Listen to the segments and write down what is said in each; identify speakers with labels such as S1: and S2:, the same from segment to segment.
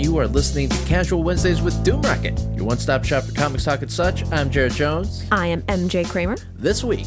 S1: You are listening to Casual Wednesdays with Doom Rocket, your one stop shop for comics talk and such. I'm Jared Jones.
S2: I am MJ Kramer.
S1: This week,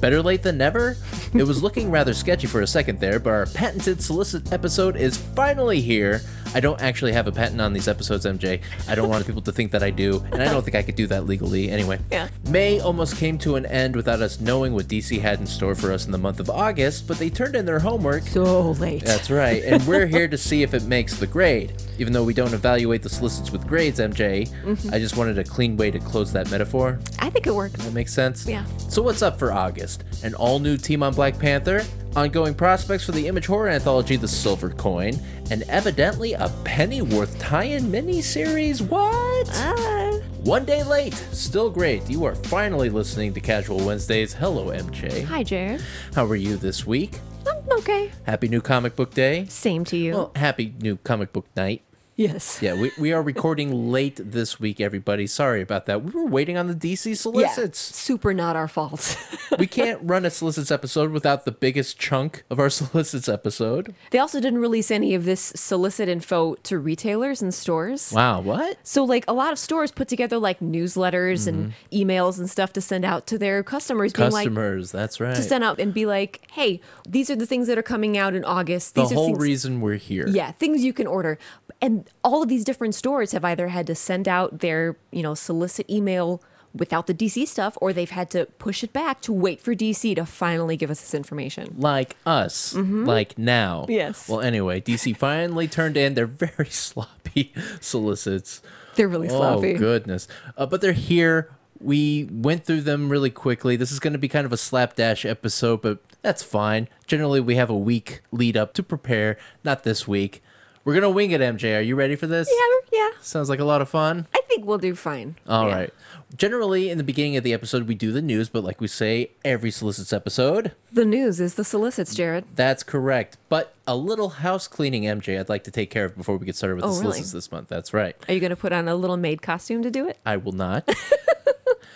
S1: better late than never? It was looking rather sketchy for a second there, but our patented solicit episode is finally here. I don't actually have a patent on these episodes, MJ. I don't want people to think that I do, and I don't think I could do that legally anyway.
S2: Yeah.
S1: May almost came to an end without us knowing what DC had in store for us in the month of August, but they turned in their homework
S2: So late.
S1: that's right. And we're here to see if it makes the grade. Even though we don't evaluate the solicits with grades, MJ,
S2: Mm-hmm.
S1: I just wanted a clean way to close that metaphor.
S2: I think it worked.
S1: That makes sense?
S2: Yeah.
S1: So, what's up for August? An all new team on Black Panther, ongoing prospects for the image horror anthology The Silver Coin, and evidently a Pennyworth tie in miniseries. What?
S2: Uh,
S1: One day late, still great. You are finally listening to Casual Wednesdays. Hello, MJ.
S2: hi, Jared.
S1: How are you this week?
S2: I'm okay.
S1: Happy New Comic Book Day.
S2: Same to you.
S1: Well, happy new comic book night.
S2: yes.
S1: Yeah, we, we are recording late this week, everybody. Sorry about that. We were waiting on the DC solicits.
S2: Super not our fault.
S1: we can't run a solicits episode without the biggest chunk of our solicits episode.
S2: they also didn't release any of this solicit info to retailers and stores.
S1: Wow, what?
S2: So, like, a lot of stores put together like newsletters and
S1: Mm-hmm.
S2: emails and stuff to send out to their customers, being like,
S1: Customers, that's right.
S2: to send out and be like, hey, these are the things that are coming out in August.
S1: the
S2: These are
S1: whole
S2: things-
S1: reason we're here.
S2: Yeah, things you can order. And all of these different stores have either had to send out their, you know, solicit email without the DC stuff or they've had to push it back to wait for DC to finally give us this information.
S1: Like us, like now.
S2: Mm-hmm. Yes.
S1: Well, anyway, DC finally turned in their very sloppy solicits.
S2: They're really sloppy.
S1: Oh goodness! Uh, but they're here. We went through them really quickly. This is going to be kind of a slapdash episode, but that's fine. Generally, we have a week lead up to prepare. Not this week. We're gonna wing it, MJ. Are you ready for this?
S2: Yeah, yeah.
S1: Sounds like a lot of fun.
S2: I think we'll do fine.
S1: All right.
S2: Yeah.
S1: Generally, in the beginning of the episode, we do the news, but like we say, every solicits episode.
S2: The news is the solicits, Jared.
S1: That's correct. But a little house cleaning, MJ. I'd like to take care of before we get started with
S2: Oh,
S1: the
S2: really?
S1: solicits this month. That's right.
S2: Are you going to put on a little maid costume to do it?
S1: I will not.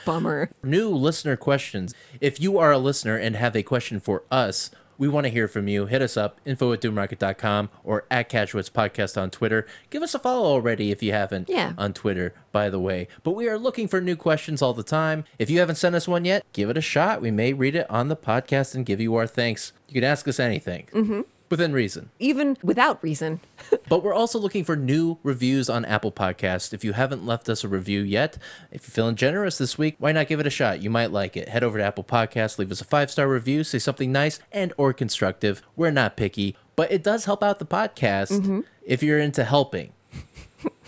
S2: Bummer.
S1: new listener questions. If you are a listener and have a question for us, we want to hear from you. Hit us up, info at doomrocket.com or at Casuals Podcast on Twitter. Give us a follow already if you haven't
S2: Yeah.
S1: on Twitter, by the way. But we are looking for new questions all the time. If you haven't sent us one yet, give it a shot. We may read it on the podcast and give you our thanks. You can ask us anything mm-hmm. within reason.
S2: Even without reason.
S1: But we're also looking for new reviews on Apple Podcasts. If you haven't left us a review yet, if you're feeling generous this week, why not give it a shot? You might like it. Head over to Apple Podcasts, leave us a five-star review, say something nice and or constructive. We're not picky, but it does help out the podcast if you're into helping.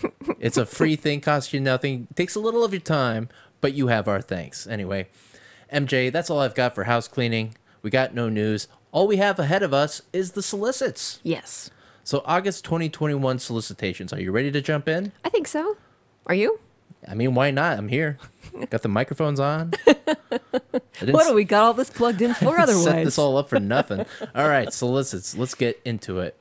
S1: it's a free thing, costs you nothing, takes a little of your time, but you have our thanks. Anyway, MJ, that's all I've got for house cleaning. We got no news. All we have ahead of us is the solicits.
S2: Yes.
S1: So August 2021 solicitations. Are you ready to jump in?
S2: I think so. Are you?
S1: I mean, why not? I'm here. Got the microphones on. I didn't
S2: What do we got all this plugged in for otherwise?
S1: set this all up for nothing. all right, solicits. Let's get into it.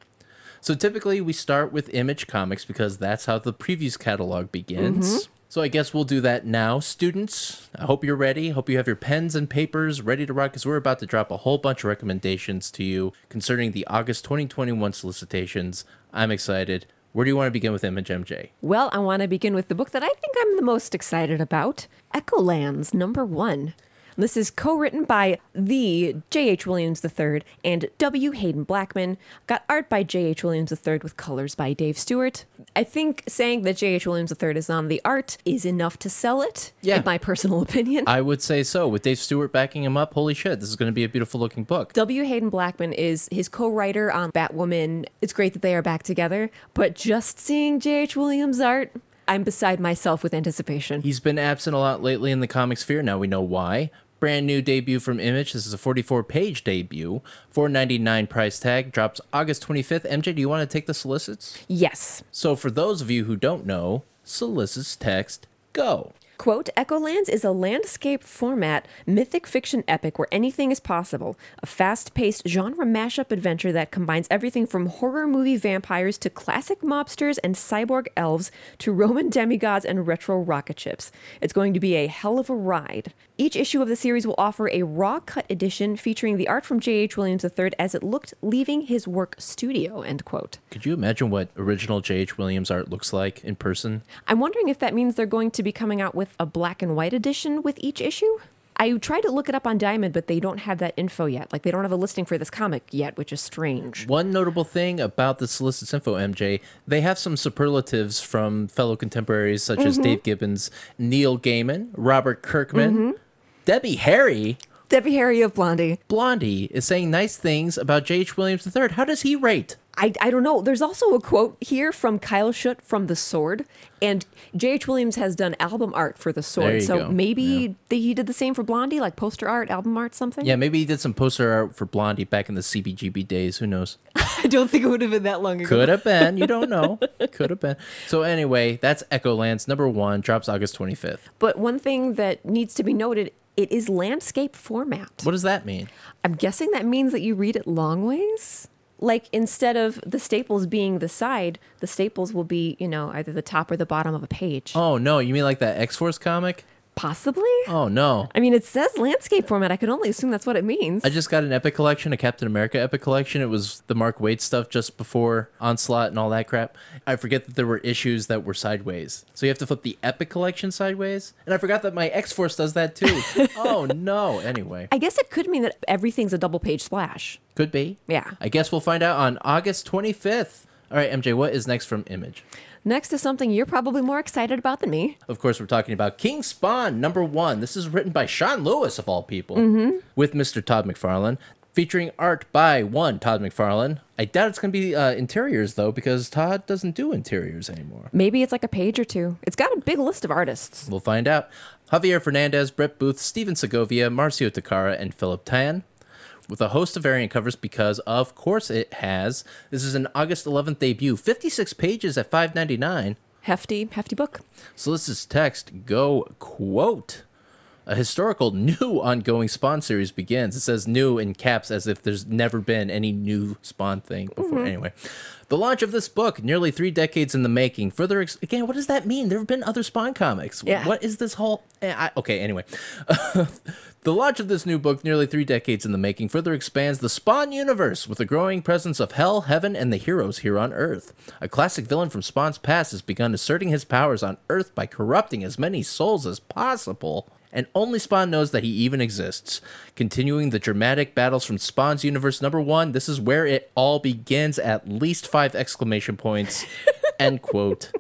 S1: So typically we start with Image Comics because that's how the previews catalog begins. So I guess we'll do that now, students. I hope you're ready. Hope you have your pens and papers ready to rock because we're about to drop a whole bunch of recommendations to you concerning the August 2021 solicitations. I'm excited. Where do you want to begin with Image MJ?
S2: Well, I want to begin with the book that I think I'm the most excited about Echolands, number one. This is co written by the J.H. Williams III and W. Hayden Blackman. Got art by J.H. Williams III with colors by Dave Stewart. I think saying that J.H. Williams III is on the art is enough to sell it,
S1: Yeah.
S2: in my personal opinion.
S1: I would say so. With Dave Stewart backing him up, holy shit, this is going to be a beautiful looking book.
S2: W. Hayden Blackman is his co-writer on Batwoman. It's great that they are back together, but just seeing J.H. Williams' art, I'm beside myself with anticipation.
S1: He's been absent a lot lately in the comic sphere. Now we know why. Brand new debut from Image. This is a 44 page debut. 4.99 price tag drops August 25th. MJ, do you want to take the solicits?
S2: Yes.
S1: So for those of you who don't know, solicits text go.
S2: Quote, Echolands is a landscape format, mythic fiction epic where anything is possible. A fast paced genre mashup adventure that combines everything from horror movie vampires to classic mobsters and cyborg elves to Roman demigods and retro rocket ships. It's going to be a hell of a ride. Each issue of the series will offer a raw cut edition featuring the art from J.H. Williams III as it looked leaving his work studio, end quote.
S1: Could you imagine what original J.H. Williams art looks like in person?
S2: I'm wondering if that means they're going to be coming out with a black and white edition with each issue. I tried to look it up on Diamond, but they don't have that info yet. Like, they don't have a listing for this comic yet, which is strange.
S1: One notable thing about the solicits info MJ, they have some superlatives from fellow contemporaries such as Dave Gibbons, Neil Gaiman, Robert Kirkman, Debbie Harry.
S2: Debbie Harry of Blondie.
S1: Blondie is saying nice things about J.H. Williams III. How does he rate?
S2: I, I don't know. There's also a quote here from Kyle Schutt from The Sword, and J.H. Williams has done album art for The Sword.
S1: you
S2: so
S1: go.
S2: maybe the, he did the same for Blondie, like poster art, album art, something.
S1: Yeah, maybe he did some poster art for Blondie back in the CBGB days. Who knows?
S2: I don't think it would have been that long ago.
S1: Could have been. You don't know. Could have been. So anyway, that's Echolands number one. Drops August 25th.
S2: But one thing that needs to be noted it is landscape format.
S1: What does that mean?
S2: I'm guessing that means that you read it long ways. Like instead of the staples being the side, the staples will be, you know, either the top or the bottom of a page.
S1: Oh no, you mean like that X Force comic?
S2: Possibly?
S1: Oh no.
S2: I mean, it says landscape format. I can only assume that's what it means.
S1: I just got an epic collection, a Captain America epic collection. It was the Mark Waid stuff just before Onslaught and all that crap. I forget that there were issues that were sideways. So you have to flip the epic collection sideways. And I forgot that my X Force does that too. oh no. Anyway,
S2: I guess it could mean that everything's a double page splash.
S1: could be.
S2: Yeah.
S1: I guess we'll find out on August 25th. All right, MJ, what is next from Image?
S2: Next is something you're probably more excited about than me.
S1: Of course, we're talking about King Spawn number one. This is written by Sean Lewis, of all people, with Mr. Todd McFarlane, featuring art by one Todd McFarlane. I doubt it's going to be uh, interiors, though, because Todd doesn't do interiors anymore.
S2: Maybe it's like a page or two. It's got a big list of artists.
S1: We'll find out. Javier Fernandez, Brett Booth, Steven Segovia, Marcio Takara, and Philip Tan. With a host of variant covers because, of course, it has. This is an August 11th debut, 56 pages at 599.
S2: Hefty, hefty book.
S1: Solicits text go quote. A historical new ongoing Spawn series begins. It says new in caps as if there's never been any new Spawn thing before. Anyway, the launch of this book, nearly three decades in the making. Further, ex- again, what does that mean? There have been other Spawn comics.
S2: Yeah.
S1: What is this whole. eh, I, okay, anyway. The launch of this new book, nearly three decades in the making, further expands the Spawn universe with the growing presence of Hell, Heaven, and the heroes here on Earth. A classic villain from Spawn's past has begun asserting his powers on Earth by corrupting as many souls as possible, and only Spawn knows that he even exists. Continuing the dramatic battles from Spawn's universe number one, this is where it all begins. At least five exclamation points. End quote.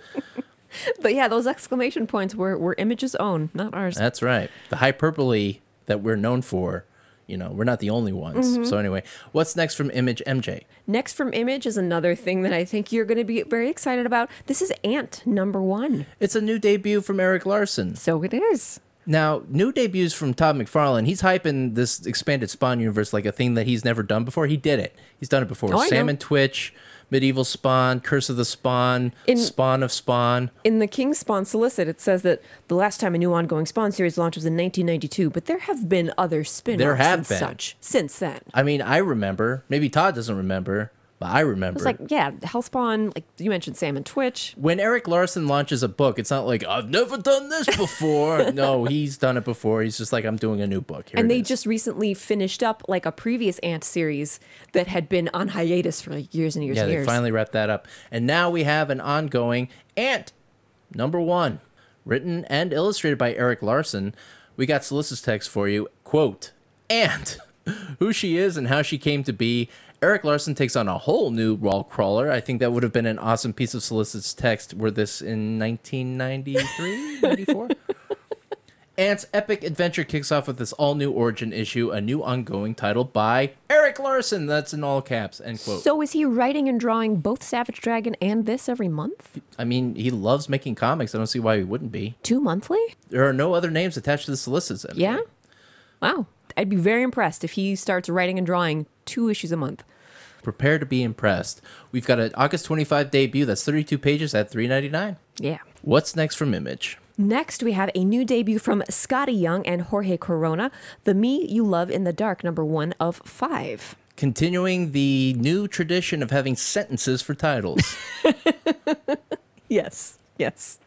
S2: But yeah, those exclamation points were, were Image's own, not ours.
S1: That's right. The hyperbole that we're known for, you know, we're not the only ones.
S2: Mm-hmm.
S1: So anyway, what's next from Image MJ?
S2: Next from Image is another thing that I think you're going to be very excited about. This is Ant number one.
S1: It's a new debut from Eric Larson.
S2: So it is.
S1: Now, new debuts from Todd McFarlane. He's hyping this expanded Spawn universe like a thing that he's never done before. He did it. He's done it before.
S2: Oh, I know.
S1: Sam and Twitch, Medieval Spawn, Curse of the Spawn,
S2: In-
S1: Spawn of Spawn.
S2: In the King Spawn solicit, it says that the last time a new ongoing Spawn series launched was in 1992, but there have been other spin-offs
S1: There have
S2: and
S1: been.
S2: such since then.
S1: I mean, I remember. Maybe Todd doesn't remember, but I remember.
S2: It's like, yeah, Hellspawn, like you mentioned Sam and Twitch.
S1: when Eric Larson launches a book, it's not like I've never done this before. no, he's done it before. He's just like I'm doing a new book. Here
S2: And
S1: it
S2: they
S1: is."
S2: just recently finished up like a previous Ant series that had been on hiatus for like years and years
S1: yeah,
S2: and
S1: they
S2: years.
S1: finally wrapped that up, and now we have an ongoing Ant number one, written and illustrated by Eric Larson. We got solicits text for you. Quote: Ant, who she is and how she came to be. Eric Larson takes on a whole new wall crawler. I think that would have been an awesome piece of solicits text. Were this in 1993, 94? Ant's epic adventure kicks off with this all new origin issue, a new ongoing title by Eric Larson. That's in all caps. End quote.
S2: so is he writing and drawing both Savage Dragon and this every month?
S1: I mean, he loves making comics. I don't see why he wouldn't be.
S2: Two monthly?
S1: There are no other names attached to the solicits. anyway.
S2: Yeah. Wow. I'd be very impressed if he starts writing and drawing two issues a month.
S1: Prepare to be impressed. We've got an August 25 debut that's 32 pages at 3.99.
S2: Yeah.
S1: What's next from Image?
S2: Next, we have a new debut from Scotty Young and Jorge Corona, The Me You Love in the Dark, number one of five.
S1: Continuing the new tradition of having sentences for titles.
S2: Yes, yes.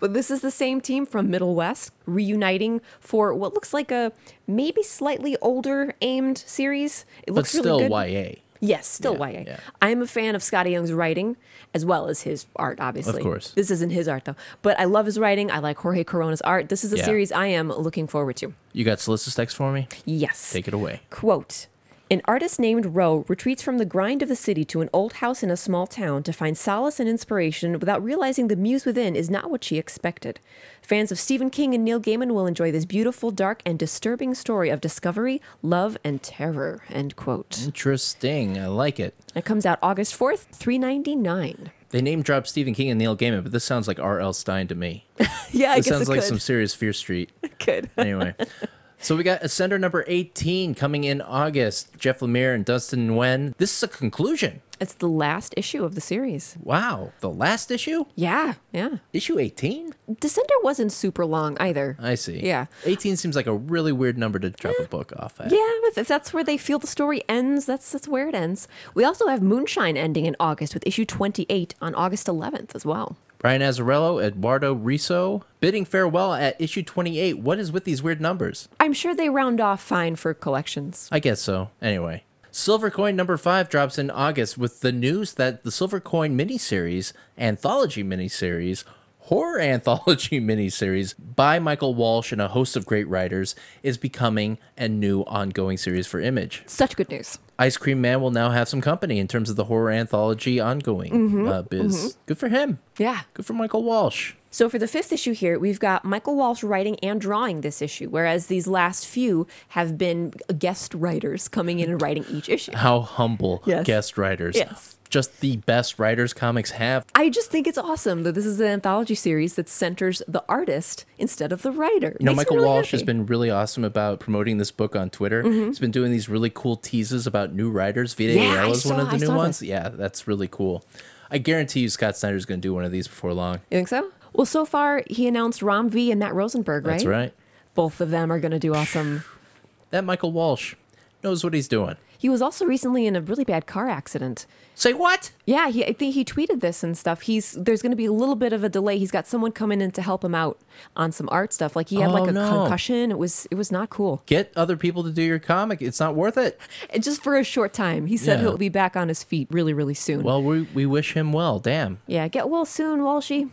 S2: But this is the same team from Middle West reuniting for what looks like a maybe slightly older aimed series. It
S1: but
S2: looks
S1: still
S2: really good.
S1: YA.
S2: Yes, still
S1: Yeah,
S2: YA.
S1: yeah.
S2: I'm a fan of Scotty Young's writing as well as his art, obviously.
S1: course.
S2: This isn't his art, though. But I love his writing. I like Jorge Corona's art. This is a
S1: Yeah.
S2: series I am looking forward to.
S1: You got solicit's text for me?
S2: Yes.
S1: Take it away.
S2: Quote An artist named Rowe retreats from the grind of the city to an old house in a small town to find solace and inspiration without realizing the muse within is not what she expected. Fans of Stephen King and Neil Gaiman will enjoy this beautiful, dark, and disturbing story of discovery, love, and terror. End quote.
S1: Interesting. I like it.
S2: It comes out August 4th, 399.
S1: They name drop Stephen King and Neil Gaiman, but this sounds like R.L. Stein to me. This
S2: Yeah, I guess
S1: sounds
S2: it
S1: like
S2: could.
S1: some serious Fear Street.
S2: could.
S1: Anyway. So we got Ascender number 18 coming in August. Jeff Lemire and Dustin Nguyen. This is a conclusion.
S2: It's the last issue of the series.
S1: Wow. The last issue?
S2: Yeah, yeah.
S1: Issue 18?
S2: Descender wasn't super long either.
S1: I see.
S2: Yeah.
S1: 18 seems like a really weird number to drop a book off at.
S2: Yeah, but if that's where they feel the story ends, that's that's where it ends. We also have Moonshine ending in August with issue 28 on August 11th as well.
S1: Brian Azzarello, Eduardo Riso, bidding farewell at issue 28. What is with these weird numbers?
S2: I'm sure they round off fine for collections.
S1: I guess so. Anyway. Silver Coin number five drops in August with the news that the Silver Coin miniseries, anthology miniseries, horror anthology miniseries by Michael Walsh and a host of great writers is becoming a new ongoing series for Image.
S2: Such good news.
S1: Ice Cream Man will now have some company in terms of the horror anthology ongoing uh, biz. Good for him.
S2: Mm-hmm, Yeah.
S1: Good for Michael Walsh.
S2: So for the fifth issue here, we've got Michael Walsh writing and drawing this issue, whereas these last few have been guest writers coming in and writing each issue.
S1: How humble
S2: Yes.
S1: guest writers.
S2: Yes.
S1: Just the best writers comics have.
S2: I just think it's awesome that this is an anthology series that centers the artist instead of the writer.
S1: You know, Michael Walsh has been really awesome about promoting this book on Twitter. He's been doing these really cool teases about new writers. Vita
S2: Mm-hmm. Yeah, I
S1: Ayala is one
S2: saw-
S1: of the
S2: I
S1: new
S2: saw that.
S1: ones. Yeah, that's really cool. I guarantee you Scott Snyder's going to do one of these before long.
S2: You think so? Well, so far he announced Rom V and Matt Rosenberg, right?
S1: That's right.
S2: Both of them are going to do awesome.
S1: That Michael Walsh knows what he's doing.
S2: He was also recently in a really bad car accident.
S1: Say what?
S2: Yeah, he, I think he tweeted this and stuff. He's there's going to be a little bit of a delay. He's got someone coming in to help him out on some art stuff. Like he had
S1: Oh,
S2: like a
S1: no.
S2: concussion. It was it was not cool.
S1: Get other people to do your comic. It's not worth it.
S2: And just for a short time, he said
S1: Yeah.
S2: he'll be back on his feet really really soon.
S1: Well, we, we wish him well. Damn.
S2: yeah, get well soon, Walshy.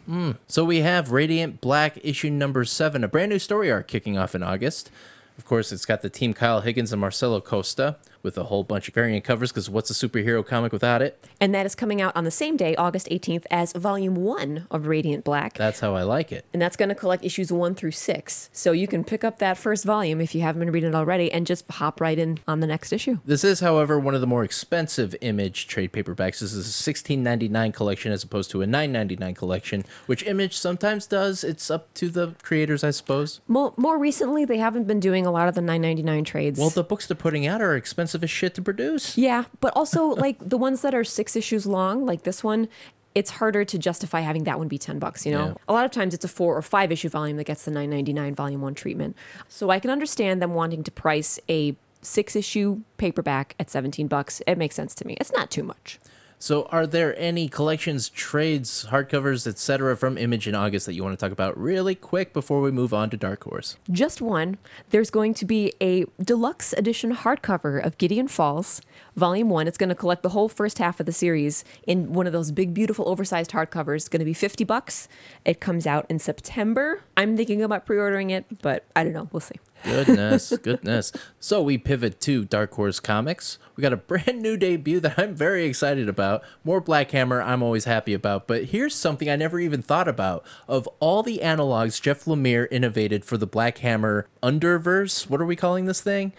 S1: So we have Radiant Black issue number seven, a brand new story arc kicking off in August. Of course, it's got the team Kyle Higgins and Marcelo Costa with a whole bunch of variant covers because what's a superhero comic without it?
S2: And that is coming out on the same day, August 18th, as Volume One of Radiant Black.
S1: That's how I like it.
S2: and that's going to collect issues one through six. So you can pick up that first volume if you haven't been reading it already and just hop right in on the next issue.
S1: This is, however, one of the more expensive image trade paperbacks. This is a sixteen ninety nine collection as opposed to a nine ninety nine collection, which Image sometimes does. It's up to the creators, I suppose.
S2: More, more recently, they haven't been doing a lot of the 9.99 trades.
S1: Well, the books they're putting out are expensive as shit to produce.
S2: yeah, but also like the ones that are six issues long, like this one, it's harder to justify having that one be 10 bucks, you know?
S1: Yeah.
S2: A lot of times it's a 4 or 5 issue volume that gets the 9.99 volume 1 treatment. So I can understand them wanting to price a 6 issue paperback at 17 bucks. It makes sense to me. It's not too much.
S1: So, are there any collections, trades, hardcovers, etc., from Image in August that you want to talk about really quick before we move on to Dark Horse?
S2: just one. There's going to be a deluxe edition hardcover of Gideon Falls, Volume 1. It's going to collect the whole first half of the series in one of those big, beautiful, oversized hardcovers. It's going to be 50 bucks. It comes out in September. I'm thinking about pre ordering it, but I don't know. We'll see.
S1: Goodness, goodness. So, we pivot to Dark Horse Comics. We got a brand new debut that I'm very excited about. More Black Hammer, I'm always happy about. But here's something I never even thought about. Of all the analogs Jeff Lemire innovated for the Black Hammer underverse, what are we calling this thing?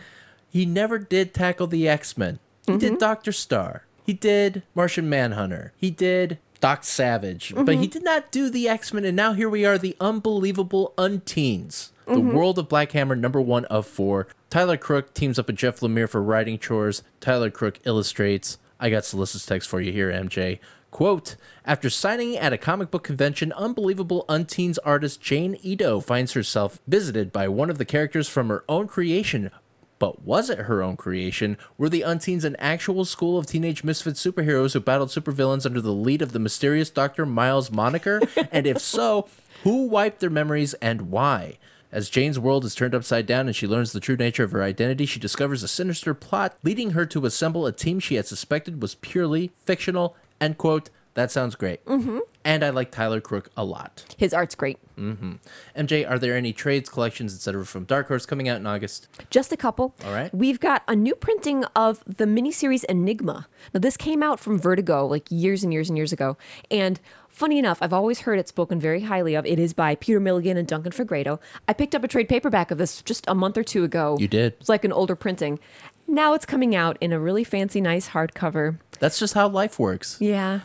S1: He never did tackle the X Men. He did Doctor Star. He did Martian Manhunter. He did Doc Savage. But he did not do the X Men. And now here we are, the unbelievable Unteens. The world of Black Hammer, number one of four. Tyler Crook teams up with Jeff Lemire for writing chores. Tyler Crook illustrates. I got solicit's text for you here, MJ. Quote After signing at a comic book convention, unbelievable Unteens artist Jane Ito finds herself visited by one of the characters from her own creation. But was it her own creation? Were the Unteens an actual school of teenage misfit superheroes who battled supervillains under the lead of the mysterious Dr. Miles Moniker? and if so, who wiped their memories and why? As Jane's world is turned upside down and she learns the true nature of her identity, she discovers a sinister plot leading her to assemble a team she had suspected was purely fictional. End quote. That sounds great. Mm-hmm. And I like Tyler Crook a lot.
S2: His art's great.
S1: MJ, are there any trades, collections, etc. from Dark Horse coming out in August?
S2: Just a couple.
S1: All right.
S2: We've got a new printing of the miniseries Enigma. Now, this came out from Vertigo like years and years and years ago. And funny enough, I've always heard it spoken very highly of. It is by Peter Milligan and Duncan Fegredo. I picked up a trade paperback of this just a month or two ago.
S1: You did.
S2: It's like an older printing. Now it's coming out in a really fancy, nice hardcover.
S1: That's just how life works.
S2: Yeah.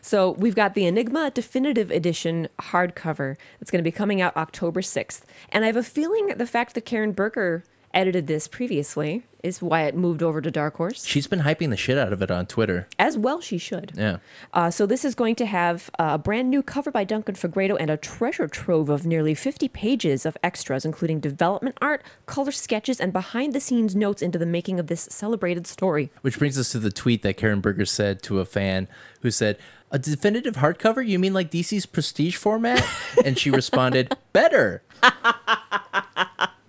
S2: So we've got the Enigma Definitive Edition hardcover. It's going to be coming out October 6th. And I have a feeling the fact that Karen Berger edited this previously is why it moved over to Dark Horse,
S1: She's been hyping the shit out of it on Twitter.
S2: as well she should.
S1: Yeah.
S2: Uh, so this is going to have a brand new cover by Duncan Fegredo and a treasure trove of nearly 50 pages of extras, including development art, color sketches, and behind-the-scenes notes into the making of this celebrated story.
S1: Which brings us to the tweet that Karen Berger said to a fan who said, A definitive hardcover? You mean like DC's prestige format? and she responded, Better.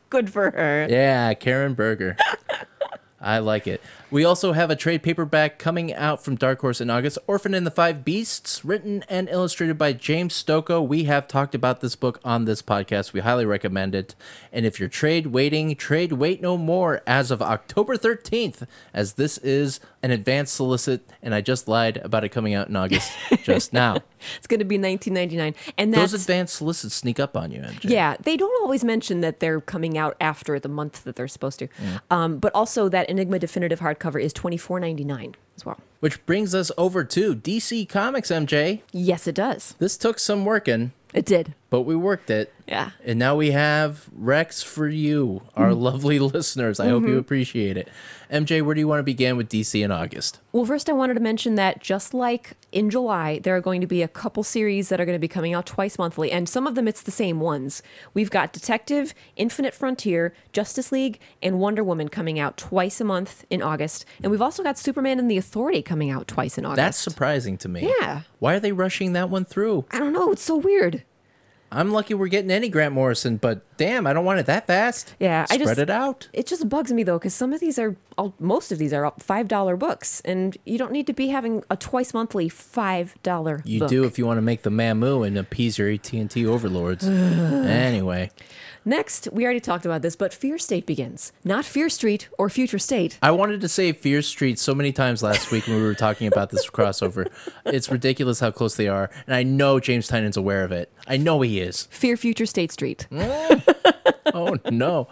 S2: Good for her.
S1: Yeah, Karen Berger. I like it. We also have a trade paperback coming out from Dark Horse in August Orphan and the Five Beasts, written and illustrated by James Stocco. We have talked about this book on this podcast. We highly recommend it. And if you're trade waiting, trade wait no more as of October 13th, as this is an advanced solicit. And I just lied about it coming out in August just now.
S2: It's going to be 1999, and that's
S1: Those advanced solicits sneak up on you, MJ.
S2: Yeah, they don't always mention that they're coming out after the month that they're supposed to. Um, but also that Enigma definitive hardcover is twenty four ninety nine as well.
S1: Which brings us over to DC Comics, MJ.
S2: Yes, it does.
S1: This took some working.
S2: It did.
S1: but we worked it.
S2: Yeah. Mm-hmm.
S1: And now we have Rex for you, our lovely listeners. I hope you appreciate it. MJ, where do you want to begin with DC in August?
S2: Well, first I wanted to mention that just like in July, there are going to be a couple series that are going to be coming out twice monthly, and some of them it's the same ones. We've got Detective, Infinite Frontier, Justice League, and Wonder Woman coming out twice a month in August, and we've also got Superman and the Authority coming out twice in August.
S1: That's surprising to me.
S2: Yeah.
S1: Why are they rushing that one through?
S2: I don't know. It's so weird.
S1: I'm lucky we're getting any Grant Morrison, but damn, I don't want it that fast.
S2: Yeah, I
S1: Spread
S2: just-
S1: it out.
S2: It just bugs me though, because some of these are, all, most of these are all five dollar books, and you don't need to be having a twice monthly five dollar.
S1: You do if you want to make the Mamu and appease your AT&T overlords. anyway,
S2: Next, we already talked about this, but Fear State begins, not Fear Street or Future State.
S1: I wanted to say Fear Street so many times last week when we were talking about this crossover. It's ridiculous how close they are, and I know James Tynan's aware of it. I know he is.
S2: Fear Future State Street.
S1: Hmm? Oh no.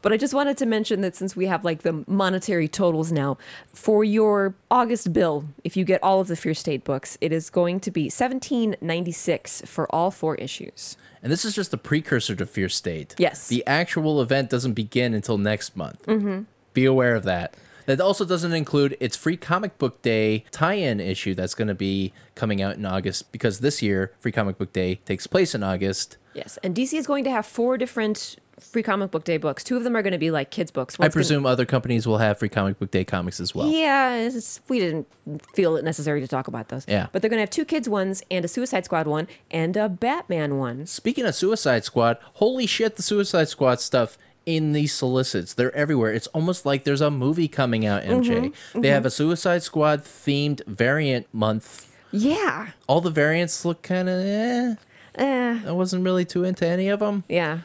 S2: But I just wanted to mention that since we have like the monetary totals now, for your August bill, if you get all of the Fear State books, it is going to be seventeen ninety six for all four issues.
S1: And this is just the precursor to Fear State.
S2: Yes.
S1: The actual event doesn't begin until next month. Mm-hmm. Be aware of that. That also doesn't include its free comic book day tie in issue that's going to be coming out in August because this year, free comic book day takes place in August.
S2: Yes, and DC is going to have four different free comic book day books. Two of them are going to be like kids' books.
S1: I
S2: One's gonna-
S1: presume other companies will have free comic book day comics as well.
S2: yeah, it's- we didn't feel it necessary to talk about those.
S1: Yeah.
S2: But they're going to have two kids ones and a Suicide Squad one and a Batman one.
S1: Speaking of Suicide Squad, holy shit, the Suicide Squad stuff in these solicits. They're everywhere. It's almost like there's a movie coming out, MJ.
S2: Mm-hmm,
S1: They have a Suicide Squad themed variant month.
S2: Yeah.
S1: All the variants look kind of eh.
S2: Eh.
S1: I wasn't really too into any of them.
S2: Yeah.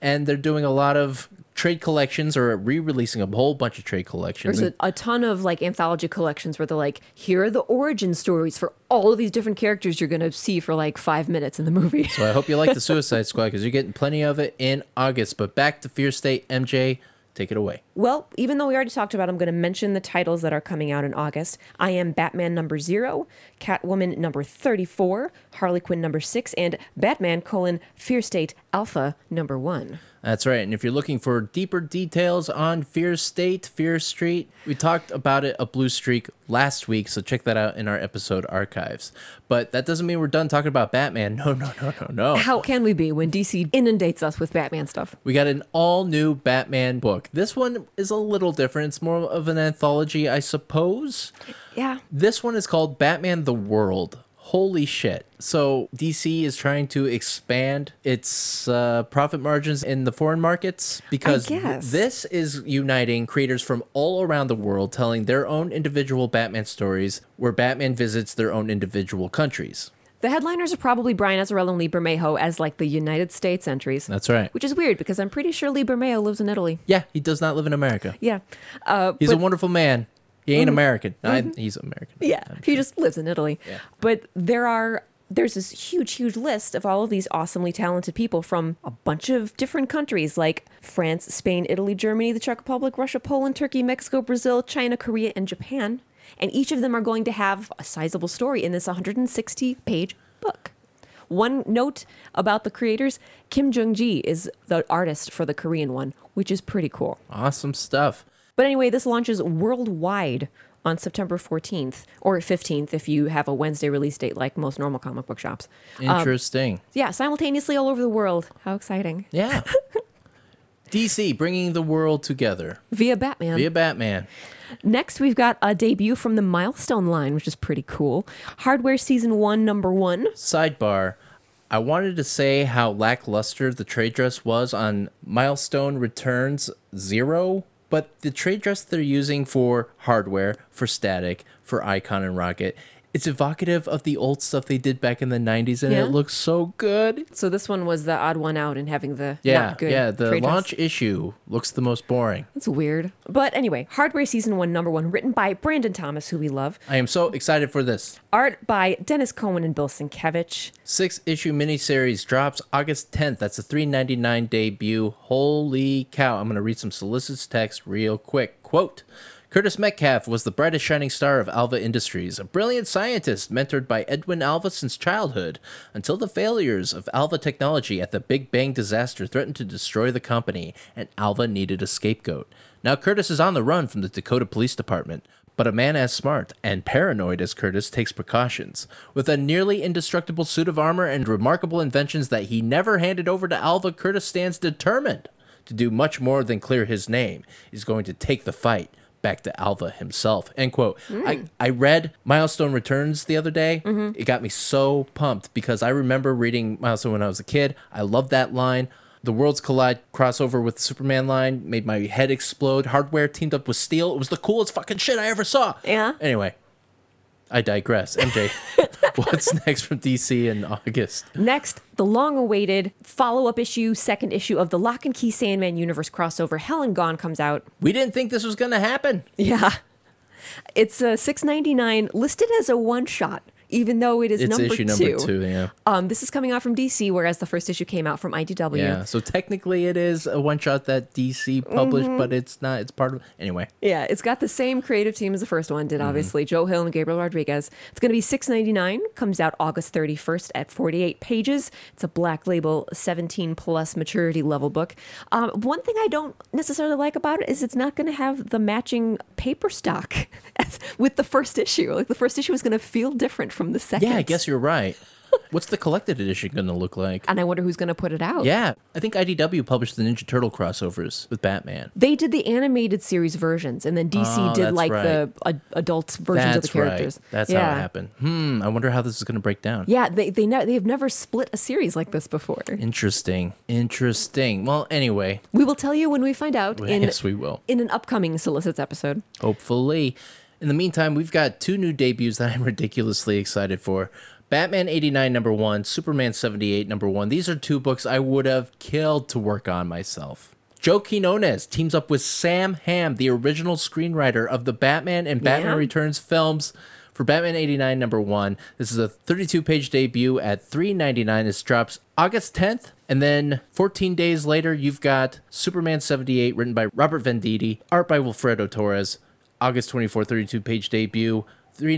S1: And they're doing a lot of trade collections or re releasing a whole bunch of trade collections.
S2: There's a, a ton of like anthology collections where they're like, here are the origin stories for all of these different characters you're going to see for like five minutes in the movie.
S1: so I hope you like the Suicide Squad because you're getting plenty of it in August. But back to Fear State, MJ, take it away.
S2: Well, even though we already talked about, I'm going to mention the titles that are coming out in August. I am Batman number zero, Catwoman number 34, Harley Quinn number six, and Batman colon Fear State Alpha number one.
S1: That's right. And if you're looking for deeper details on Fear State, Fear Street, we talked about it a blue streak last week, so check that out in our episode archives. But that doesn't mean we're done talking about Batman. No, no, no, no, no.
S2: How can we be when DC inundates us with Batman stuff?
S1: We got an all new Batman book. This one is a little different. It's more of an anthology, I suppose.
S2: Yeah.
S1: This one is called Batman the World. Holy shit. So, DC is trying to expand its uh, profit margins in the foreign markets because
S2: guess.
S1: this is uniting creators from all around the world telling their own individual Batman stories where Batman visits their own individual countries.
S2: The headliners are probably Brian Azzarello and Lee Bermejo as like the United States entries.
S1: That's right.
S2: Which is weird because I'm pretty sure Lee Bermejo lives in Italy.
S1: Yeah, he does not live in America.
S2: Yeah. Uh,
S1: He's
S2: but- Mm-hmm.
S1: a wonderful man. He ain't American. I, he's American.
S2: Yeah, he just lives in Italy. But there are there's this huge huge list of all of these awesomely talented people from a bunch of different countries like France, Spain, Italy, Germany, the Czech Republic, Russia, Poland, Turkey, Mexico, Brazil, China, Korea, and Japan. And each of them are going to have a sizable story in this 160 page book. One note about the creators Kim Jung Ji is the artist for the Korean one, which is pretty cool.
S1: Awesome stuff.
S2: But anyway, this launches worldwide on September 14th or 15th if you have a Wednesday release date like most normal comic book shops.
S1: Interesting.
S2: Yeah, simultaneously all over the world. How exciting.
S1: yeah. DC bringing the world together
S2: Via Batman.
S1: via Batman.
S2: Next, we've got a debut from the Milestone line, which is pretty cool. Hardware Season 1, number 1.
S1: Sidebar. I wanted to say how lackluster the trade dress was on Milestone Returns Zero, but the trade dress they're using for hardware, for static, for icon and rocket, it's evocative of the old stuff they did back in the 90s and
S2: Yeah.
S1: it looks so good.
S2: So this one was the odd one out in having the
S1: Yeah,
S2: not good
S1: yeah, the
S2: trade dress.
S1: launch issue looks the most boring.
S2: That's weird. But anyway, Hardware Season 1, number 1, written by Brandon Thomas, who we love.
S1: I am so excited for this.
S2: Art by Dennis Cohen and Bill Sienkiewicz.
S1: Six issue miniseries drops August 10th. That's a 399 debut. Holy cow. I'm going to read some solicit's text real quick. Quote Curtis Metcalf was the brightest shining star of Alva Industries, a brilliant scientist mentored by Edwin Alva since childhood, until the failures of Alva technology at the Big Bang disaster threatened to destroy the company, and Alva needed a scapegoat. Now Curtis is on the run from the Dakota Police Department. But a man as smart and paranoid as Curtis takes precautions. With a nearly indestructible suit of armor and remarkable inventions that he never handed over to Alva, Curtis stands determined to do much more than clear his name. He's going to take the fight back to Alva himself. End quote. I, I read Milestone Returns the other day. It got me so pumped because I remember reading Milestone when I was a kid. I loved that line. The Worlds Collide crossover with the Superman line made my head explode. Hardware teamed up with Steel. It was the coolest fucking shit I ever saw.
S2: Yeah.
S1: Anyway, I digress. MJ, what's next from DC in August?
S2: Next, the long awaited follow up issue, second issue of the Lock and Key Sandman universe crossover, Hell and Gone, comes out.
S1: We didn't think this was going to happen.
S2: Yeah. It's a 6.99 listed as a one shot, even though it is
S1: It's
S2: number
S1: issue
S2: two.
S1: number two. Yeah.
S2: Um, this is coming out from DC, whereas the first issue came out from IDW.
S1: Yeah. So technically, it is a one shot that DC published,
S2: Mm-hmm.
S1: but it's not. It's part of anyway.
S2: Yeah, it's got the same creative team as the first one
S1: Mm-hmm.
S2: did, obviously. Joe Hill and Gabriel Rodriguez. It's going to be six ninety nine. Comes out August thirty first at forty eight pages. It's a black label, seventeen plus maturity level book. Um, one thing I don't necessarily like about it is it's not going to have the matching paper stock as, with the first issue. Like the first issue is going to feel different from the second.
S1: Yeah, I guess you're right. What's the collected edition going to look like?
S2: And I wonder who's going to put it out.
S1: Yeah, I think IDW published the Ninja Turtle crossovers with Batman.
S2: They did the animated series versions, and then DC
S1: Oh,
S2: did
S1: that's
S2: like
S1: right.
S2: the ad- adult versions of the
S1: That's right.
S2: characters.
S1: That's how
S2: Yeah.
S1: it happened. Hmm. I wonder how this is going to break down.
S2: Yeah, they they ne- they've never split a series like this before.
S1: Interesting. Interesting. Well, anyway,
S2: We will tell you when we find out in
S1: yes, we will.
S2: in an upcoming solicits episode.
S1: Hopefully. In the meantime, we've got two new debuts that I'm ridiculously excited for. Batman 89 number 1, Superman 78 number 1. These are two books I would have killed to work on myself. Joe Quinones teams up with Sam Hamm, the original screenwriter of the Batman and Batman
S2: Yeah.
S1: Returns films for Batman 89 number 1. This is a 32-page debut at 3.99. This drops August 10th. And then 14 days later, you've got Superman 78 written by Robert Venditti, art by Wilfredo Torres, August 24, 32 page debut,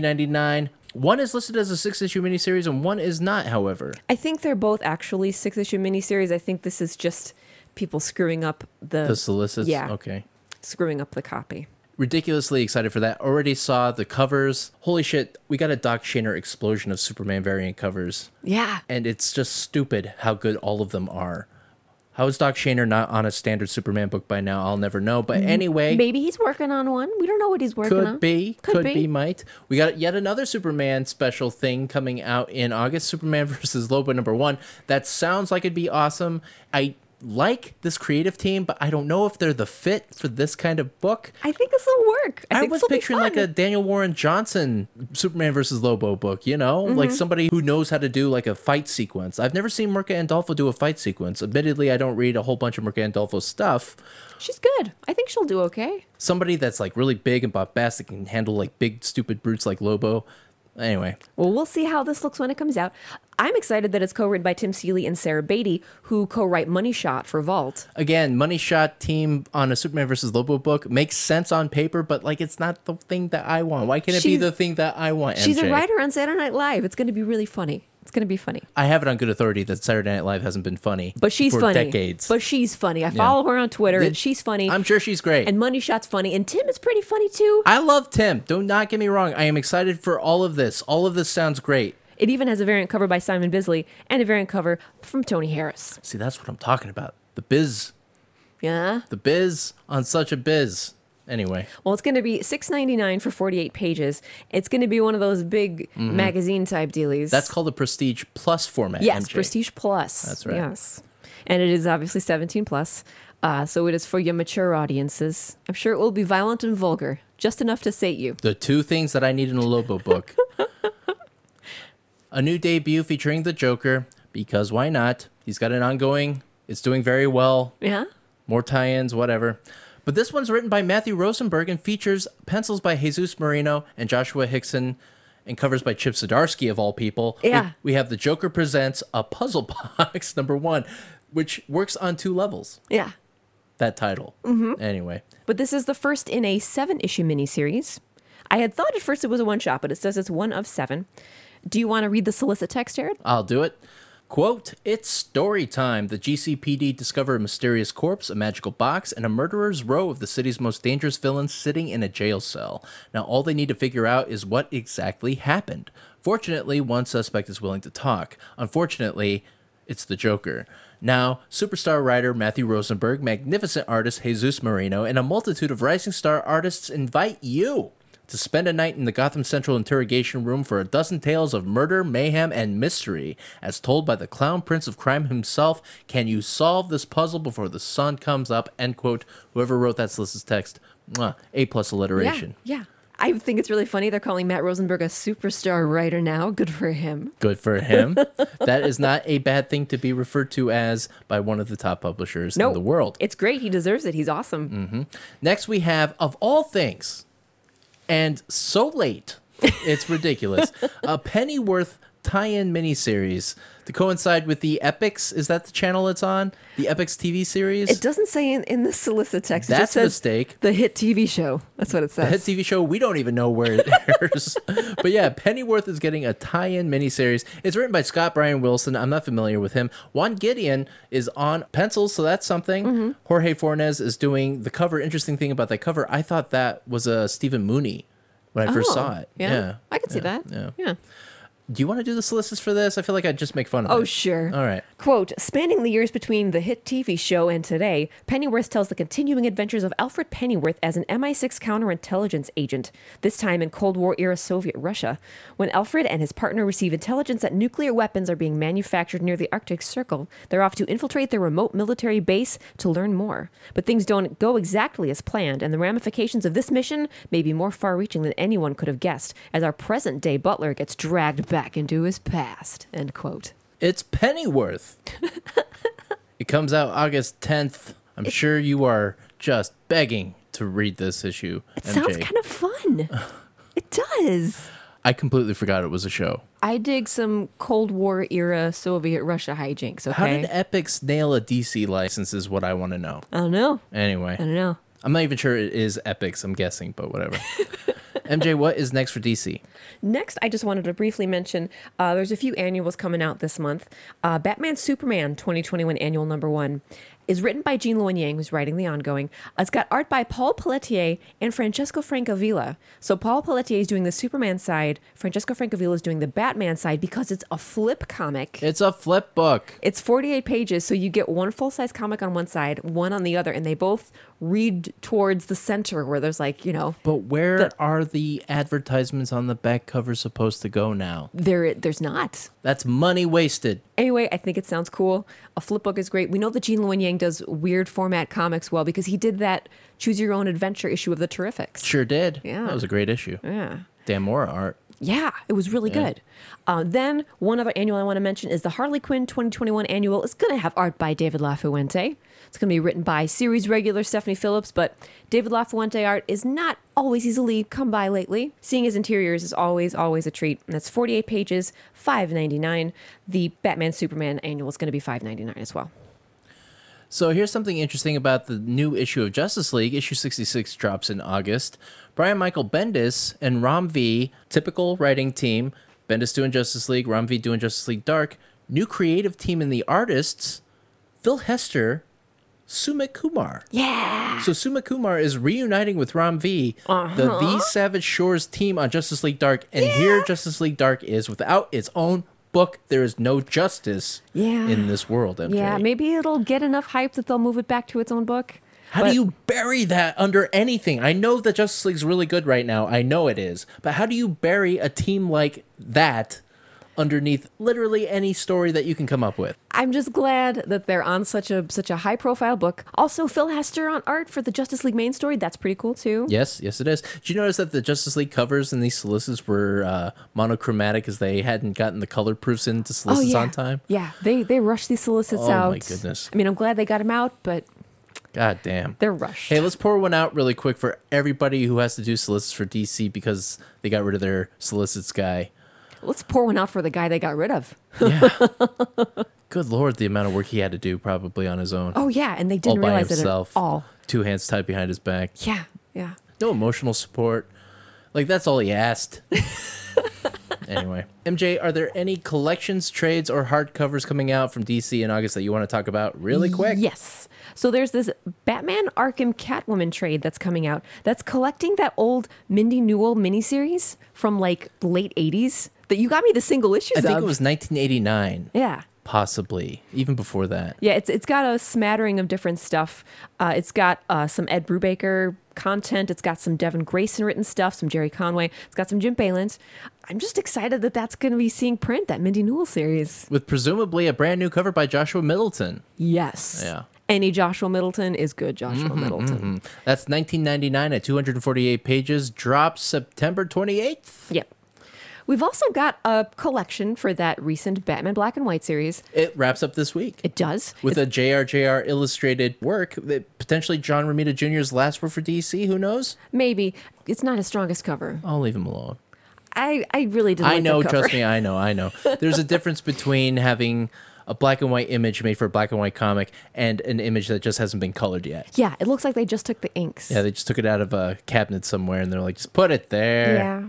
S1: 399. One is listed as a six issue miniseries and one is not, however.
S2: I think they're both actually six issue miniseries. I think this is just people screwing up the,
S1: The solicits.
S2: Yeah.
S1: Okay.
S2: screwing up the copy.
S1: Ridiculously excited for that. Already saw the covers. Holy shit, we got a Doc Shaner explosion of Superman variant covers.
S2: Yeah.
S1: And it's just stupid how good all of them are. How is Doc Shaner not on a standard Superman book by now? I'll never know. But anyway,
S2: Maybe he's Mm, working on one. We don't know what he's working
S1: could
S2: on.
S1: be,
S2: Could
S1: could,
S2: be.
S1: be. might. We got yet another Superman special thing coming out in August. Superman versus Lobo number one. That sounds like it'd be awesome. I like this creative team, but I don't know if they're the fit for this kind of book.
S2: I think this will work. I,
S1: I
S2: think
S1: was
S2: this'll be
S1: picturing like
S2: fun.
S1: a Daniel Warren Johnson Superman versus Lobo book, you know, like
S2: Mm-hmm.
S1: somebody who knows how to do like a fight sequence. I've never seen Merca Andolfo do a fight sequence. Admittedly, I don't read a whole bunch of Merca Andolfo stuff.
S2: She's good. I think she'll do okay.
S1: Somebody that's like really big and bombastic and handle like big stupid brutes like Lobo. Anyway,
S2: Well, we'll see how this looks when it comes out. I'm excited that it's co-written by Tim Seeley and Sarah Beatty, who co-write Money Shot for Vault.
S1: again, money shot team on a Superman versus Lobo book makes sense on paper, but like it's not the thing that I want. Why can't it be
S2: She's-
S1: the thing that I want?
S2: She's a
S1: MJ?
S2: writer on Saturday Night Live. It's going to be really funny. It's going to be funny.
S1: I have it on good authority that Saturday Night Live hasn't been funny,
S2: But she's
S1: for
S2: funny.
S1: decades.
S2: But she's funny. I follow her on Twitter,
S1: Th-
S2: and she's funny.
S1: I'm sure she's great.
S2: and Money Shot's funny, and Tim is pretty funny too.
S1: I love Tim. Do not get me wrong. I am excited for all of this. All of this sounds great.
S2: It even has a variant cover by Simon Bisley and a variant cover from Tony Harris.
S1: See, that's what I'm talking about. The biz,
S2: Yeah.
S1: the biz on such a biz. Anyway,
S2: Well, it's going to be six ninety nine for forty eight pages. It's going to be one of those big magazine type dealies.
S1: Mm-hmm. that's called the Prestige Plus format.
S2: yes,
S1: MJ.
S2: Prestige Plus. That's
S1: right.
S2: Yes, and it is obviously seventeen plus. Uh, so it is for your mature audiences. I'm sure it will be violent and vulgar, just enough to sate you.
S1: The two things that I need in a Lobo book: a new debut featuring the Joker, because why not? He's got an ongoing. It's doing very well.
S2: Yeah.
S1: more tie-ins, whatever. But this one's written by Matthew Rosenberg and features pencils by Jesus Marino and Joshua Hickson, and covers by Chip Zdarsky of all people. We-
S2: Yeah.
S1: we, have the Joker presents a puzzle box number one, which works on two levels.
S2: Yeah.
S1: That title, anyway.
S2: But this is the first in a seven issue miniseries. I had thought at first it was a one shot, but it says it's one of seven. Do you want to read the solicit text, Jared?
S1: I'll do it. Quote, it's story time. The GCPD discover a mysterious corpse, a magical box, and a murderer's row of the city's most dangerous villains sitting in a jail cell. Now, all they need to figure out is what exactly happened. Fortunately, one suspect is willing to talk. Unfortunately, it's the Joker. Now, superstar writer Matthew Rosenberg, magnificent artist Jesus Marino, and a multitude of rising star artists invite you to spend a night in the Gotham Central interrogation room for a dozen tales of murder, mayhem, and mystery, as told by the clown prince of crime himself. Can you solve this puzzle before the sun comes up? End quote. Whoever wrote that solicit's text, mwah, A plus alliteration.
S2: Yeah, yeah. I think it's really funny. They're calling Matt Rosenberg a superstar writer now. Good for him.
S1: Good for him. that is not a bad thing to be referred to as by one of the top publishers in the world. Mm.
S2: It's great. He deserves it. He's awesome.
S1: Next, we have, of all things, and so late, it's ridiculous, a Pennyworth tie in miniseries to coincide with the Epics. Is that the channel it's on? The Epics TV series?
S2: It doesn't say in, in the solicit text. it
S1: That's
S2: just
S1: a
S2: says
S1: mistake.
S2: The hit TV show. That's what it says.
S1: Head TV show, we don't even know where it airs. but yeah, Pennyworth is getting a tie in miniseries. It's written by Scott Brian Wilson. I'm not familiar with him. Juan Gideon is on pencils, so that's something.
S2: Mm-hmm.
S1: Jorge Fornes is doing the cover. Interesting thing about that cover, I thought that was a Stephen Mooney when I first
S2: Oh,
S1: saw it.
S2: Yeah.
S1: Yeah.
S2: I can see
S1: yeah,
S2: that.
S1: Yeah.
S2: yeah.
S1: Do you want to do the solicits for this? I feel like I'd just make fun of it.
S2: Oh, sure.
S1: All right.
S2: Quote Spanning the years between the hit TV show and today, Pennyworth tells the continuing adventures of Alfred Pennyworth as an MI6 counterintelligence agent, this time in Cold War era Soviet Russia, when Alfred and his partner receive intelligence that nuclear weapons are being manufactured near the Arctic Circle. They're off to infiltrate their remote military base to learn more. But things don't go exactly as planned, and the ramifications of this mission may be more far reaching than anyone could have guessed, as our present day butler gets dragged back into his past. End quote.
S1: It's Pennyworth. it comes out August 10th. I'm sure you are just begging to read this issue.
S2: It sounds kind of fun. it does.
S1: I completely forgot it was a show.
S2: I dig some Cold War era Soviet Russia hijinks. Okay.
S1: How did Epics nail a DC license is what I want to know.
S2: I don't know. I
S1: Anyway,
S2: don't know.
S1: I'm not even sure it is Epics, I'm guessing, but whatever. MJ, what is next for DC?
S2: Next, I just wanted to briefly mention uh, there's a few annuals coming out this month. Uh, Batman Superman 2021 annual number one is written by Jean Luen Yang, who's writing the ongoing. Uh, It's got art by Paul Pelletier and Francesco Francavilla. So Paul Pelletier is doing the Superman side, Francesco Francavilla is doing the Batman side because it's a flip comic.
S1: It's a flip book.
S2: It's 48 pages, so you get one full size comic on one side, one on the other, and they both read towards the center where there's like, you know,
S1: But where are the advertisements on the back cover supposed to go now?
S2: there there's not.
S1: That's money wasted.
S2: Anyway, I think it sounds cool. A flip book is great. We know that Gene Luen Yang does weird format comics well because he did that choose your own adventure issue of the Terrifics.
S1: Sure did.
S2: Yeah.
S1: That was a great issue.
S2: Yeah.
S1: Damn more art.
S2: Yeah, it was really good. Uh, then one other annual I want to mention is the Harley Quinn 2021 annual. It's going to have art by David LaFuente. It's going to be written by series regular Stephanie Phillips, but David LaFuente art is not always easily come by lately. Seeing his interiors is always, always a treat. And that's 48 pages, 5.99. The Batman Superman annual is going to be 5.99 as well.
S1: So here's something interesting about the new issue of Justice League. Issue 66 drops in August. Brian Michael Bendis and Rom V, typical writing team. Bendis doing Justice League, Rom V doing Justice League Dark. New creative team in the artists, Phil Hester, Sumit Kumar.
S2: Yeah.
S1: So Sumit Kumar is reuniting with Ram V, the
S2: Uh-huh.
S1: These Savage Shores team on Justice League Dark, and here Justice League Dark is without its own book. There is no justice
S2: Yeah.
S1: in this world. MJ.
S2: Yeah, maybe it'll get enough hype that they'll move it back to its own book.
S1: How
S2: But-
S1: do you bury that under anything? I know that Justice League's really good right now. I know it is. But how do you bury a team like that underneath literally any story that you can come up with?
S2: I'm just glad that they're on such a such a high profile book. Also, Phil Hester on art for the Justice League main story. That's pretty cool too.
S1: Yes, yes, it is. Did you notice that the Justice League covers and these solicits were uh, monochromatic as they hadn't gotten the color proofs into solicits
S2: Oh, yeah.
S1: on time?
S2: Yeah, they they rush these solicits
S1: Oh, my
S2: out.
S1: goodness.
S2: I mean, I'm glad they got them out, but
S1: God damn.
S2: they're rushed.
S1: Hey, let's pour one out really quick for everybody who has to do solicits for DC because they got rid of their solicits guy.
S2: Let's pour one out for the guy they got rid of.
S1: Yeah. Good lord, the amount of work he had to do probably on his own.
S2: Oh yeah, and they
S1: all
S2: didn't
S1: by
S2: realize
S1: himself.
S2: it at all.
S1: Two hands tied behind his back.
S2: Yeah, yeah.
S1: No emotional support. Like that's all he asked. anyway, MJ, are there any collections, trades, or hardcovers coming out from DC in August that you want to talk about really quick?
S2: Yes. So there's this Batman Arkham Catwoman trade that's coming out that's collecting that old Mindy Newell miniseries from like late 80s that you got me the single issues
S1: I think
S2: of.
S1: it was 1989,
S2: yeah.
S1: possibly even before that.
S2: Yeah, it's it's got a smattering of different stuff. Uh, it's got uh, some Ed Brubaker content. It's got some Devin Grayson written stuff, some Jerry Conway. It's got some Jim Balance. I'm just excited that that's going to be seeing print that Mindy Newell series.
S1: With presumably a brand new cover by Joshua Middleton.
S2: Yes.
S1: Yeah. Mm-hmm,
S2: Any Joshua Middleton is good Joshua Middleton.
S1: Hmm. That's 1999 at 248 pages. Drops September 28th.
S2: Yep. We've also got a collection for that recent Batman Black and White series.
S1: It wraps up this week.
S2: It does.
S1: with a JRJR illustrated work that potentially John Romita Jr.'s last work for DC. Who knows?
S2: Maybe it's not his strongest cover.
S1: I'll leave him alone.
S2: I, I really didn't.
S1: I
S2: like the
S1: know,
S2: cover.
S1: trust me, I know, I know. There's a difference between having a black and white image made for a black and white comic and an image that just hasn't been colored yet.
S2: Yeah, it looks like they just took the inks.
S1: Yeah, they just took it out of a cabinet somewhere and they're like, just put it there.
S2: Yeah.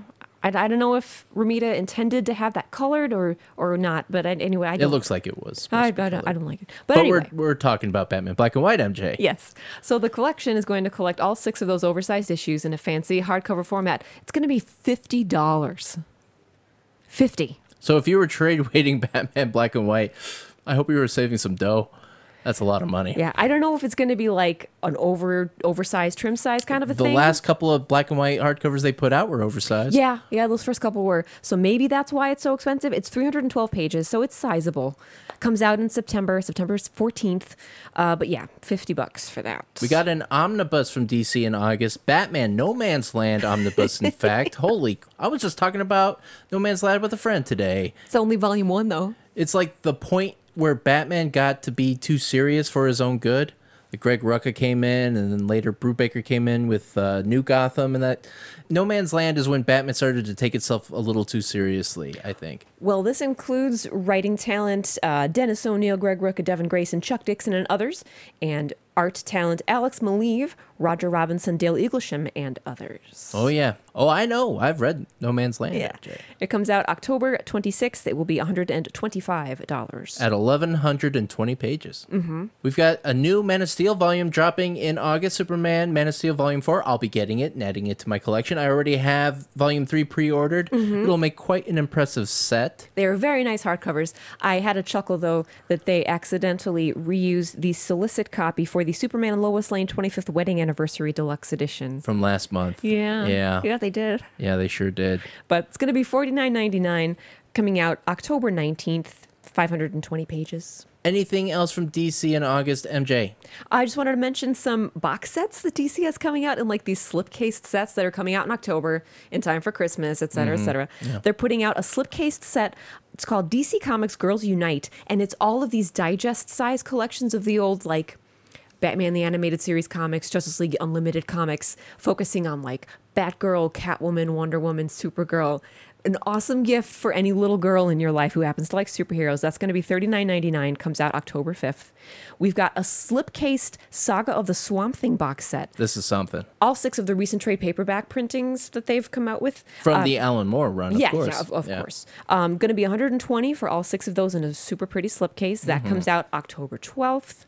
S2: I, I don't know if Ramita intended to have that colored or or not, but I, anyway, I
S1: It
S2: don't.
S1: looks like it was.
S2: I,
S1: supposed
S2: I,
S1: to be
S2: don't,
S1: colored.
S2: I don't like it. But,
S1: but
S2: anyway.
S1: we're, we're talking about Batman Black and White, MJ.
S2: Yes. So the collection is going to collect all six of those oversized issues in a fancy hardcover format. It's going to be $50. 50
S1: So if you were trade waiting Batman Black and White, I hope you were saving some dough. That's a lot of money.
S2: Yeah, I don't know if it's going to be like an over oversized trim size kind of a
S1: the
S2: thing.
S1: last couple of black and white hardcovers they put out were oversized.
S2: yeah, yeah, those first couple were. So maybe that's why it's so expensive. It's 312 pages, so it's sizable. Comes out in September, September 14th. Uh, but yeah, 50 bucks for that.
S1: We got an omnibus from DC in August. Batman No Man's Land omnibus, in fact. Holy, I was just talking about No Man's Land with a friend today.
S2: It's only volume 1 though.
S1: It's like the point where Batman got to be too serious for his own good. Like Greg Rucka came in, and then later Brubaker came in with uh, New Gotham, and that No Man's Land is when Batman started to take itself a little too seriously. I think
S2: Well, this includes writing talent uh, Dennis O'Neill, Greg Rucka, Devin Grayson, Chuck Dixon, and others, and art talent Alex Maleev, Roger Robinson, Dale Eaglesham, and others.
S1: Oh yeah. Oh, I know. I've read No Man's Land.
S2: Yeah.
S1: Jay.
S2: It comes out October 26th. It will be $125.
S1: At 1,120 pages. Mm-hmm. We've got a new Man of Steel volume dropping in August Superman, Man of Steel Volume 4. I'll be getting it and adding it to my collection. I already have Volume 3 pre ordered.
S2: Mm-hmm.
S1: It'll make quite an impressive set.
S2: They are very nice hardcovers. I had a chuckle though that they accidentally reused the solicit copy for the Superman and Lois Lane 25th Wedding Anniversary Deluxe Edition.
S1: From last month.
S2: Yeah.
S1: Yeah.
S2: Yeah, they did.
S1: Yeah, they sure did.
S2: But it's going to be $49.99 coming out October 19th, 520 pages.
S1: Anything else from DC in August, MJ?
S2: I just wanted to mention some box sets that DC has coming out and like these slipcased sets that are coming out in October in time for Christmas, et cetera, et cetera. They're putting out a slipcased set. It's called DC Comics Girls Unite, and it's all of these digest size collections of the old like Batman the Animated Series comics, Justice League Unlimited comics, focusing on like Batgirl, Catwoman, Wonder Woman, Supergirl. An awesome gift for any little girl in your life who happens to like superheroes. That's going to be $39.99, comes out October 5th. We've got a slipcased Saga of the Swamp Thing box set.
S1: This is something.
S2: All six of the recent trade paperback printings that they've come out with.
S1: From
S2: Uh,
S1: the Alan Moore run, of
S2: yeah,
S1: course.
S2: yeah, of, of course. Um, going to be 120 for all six of those in a super pretty slipcase. That
S1: Mm-hmm.
S2: comes out October 12th.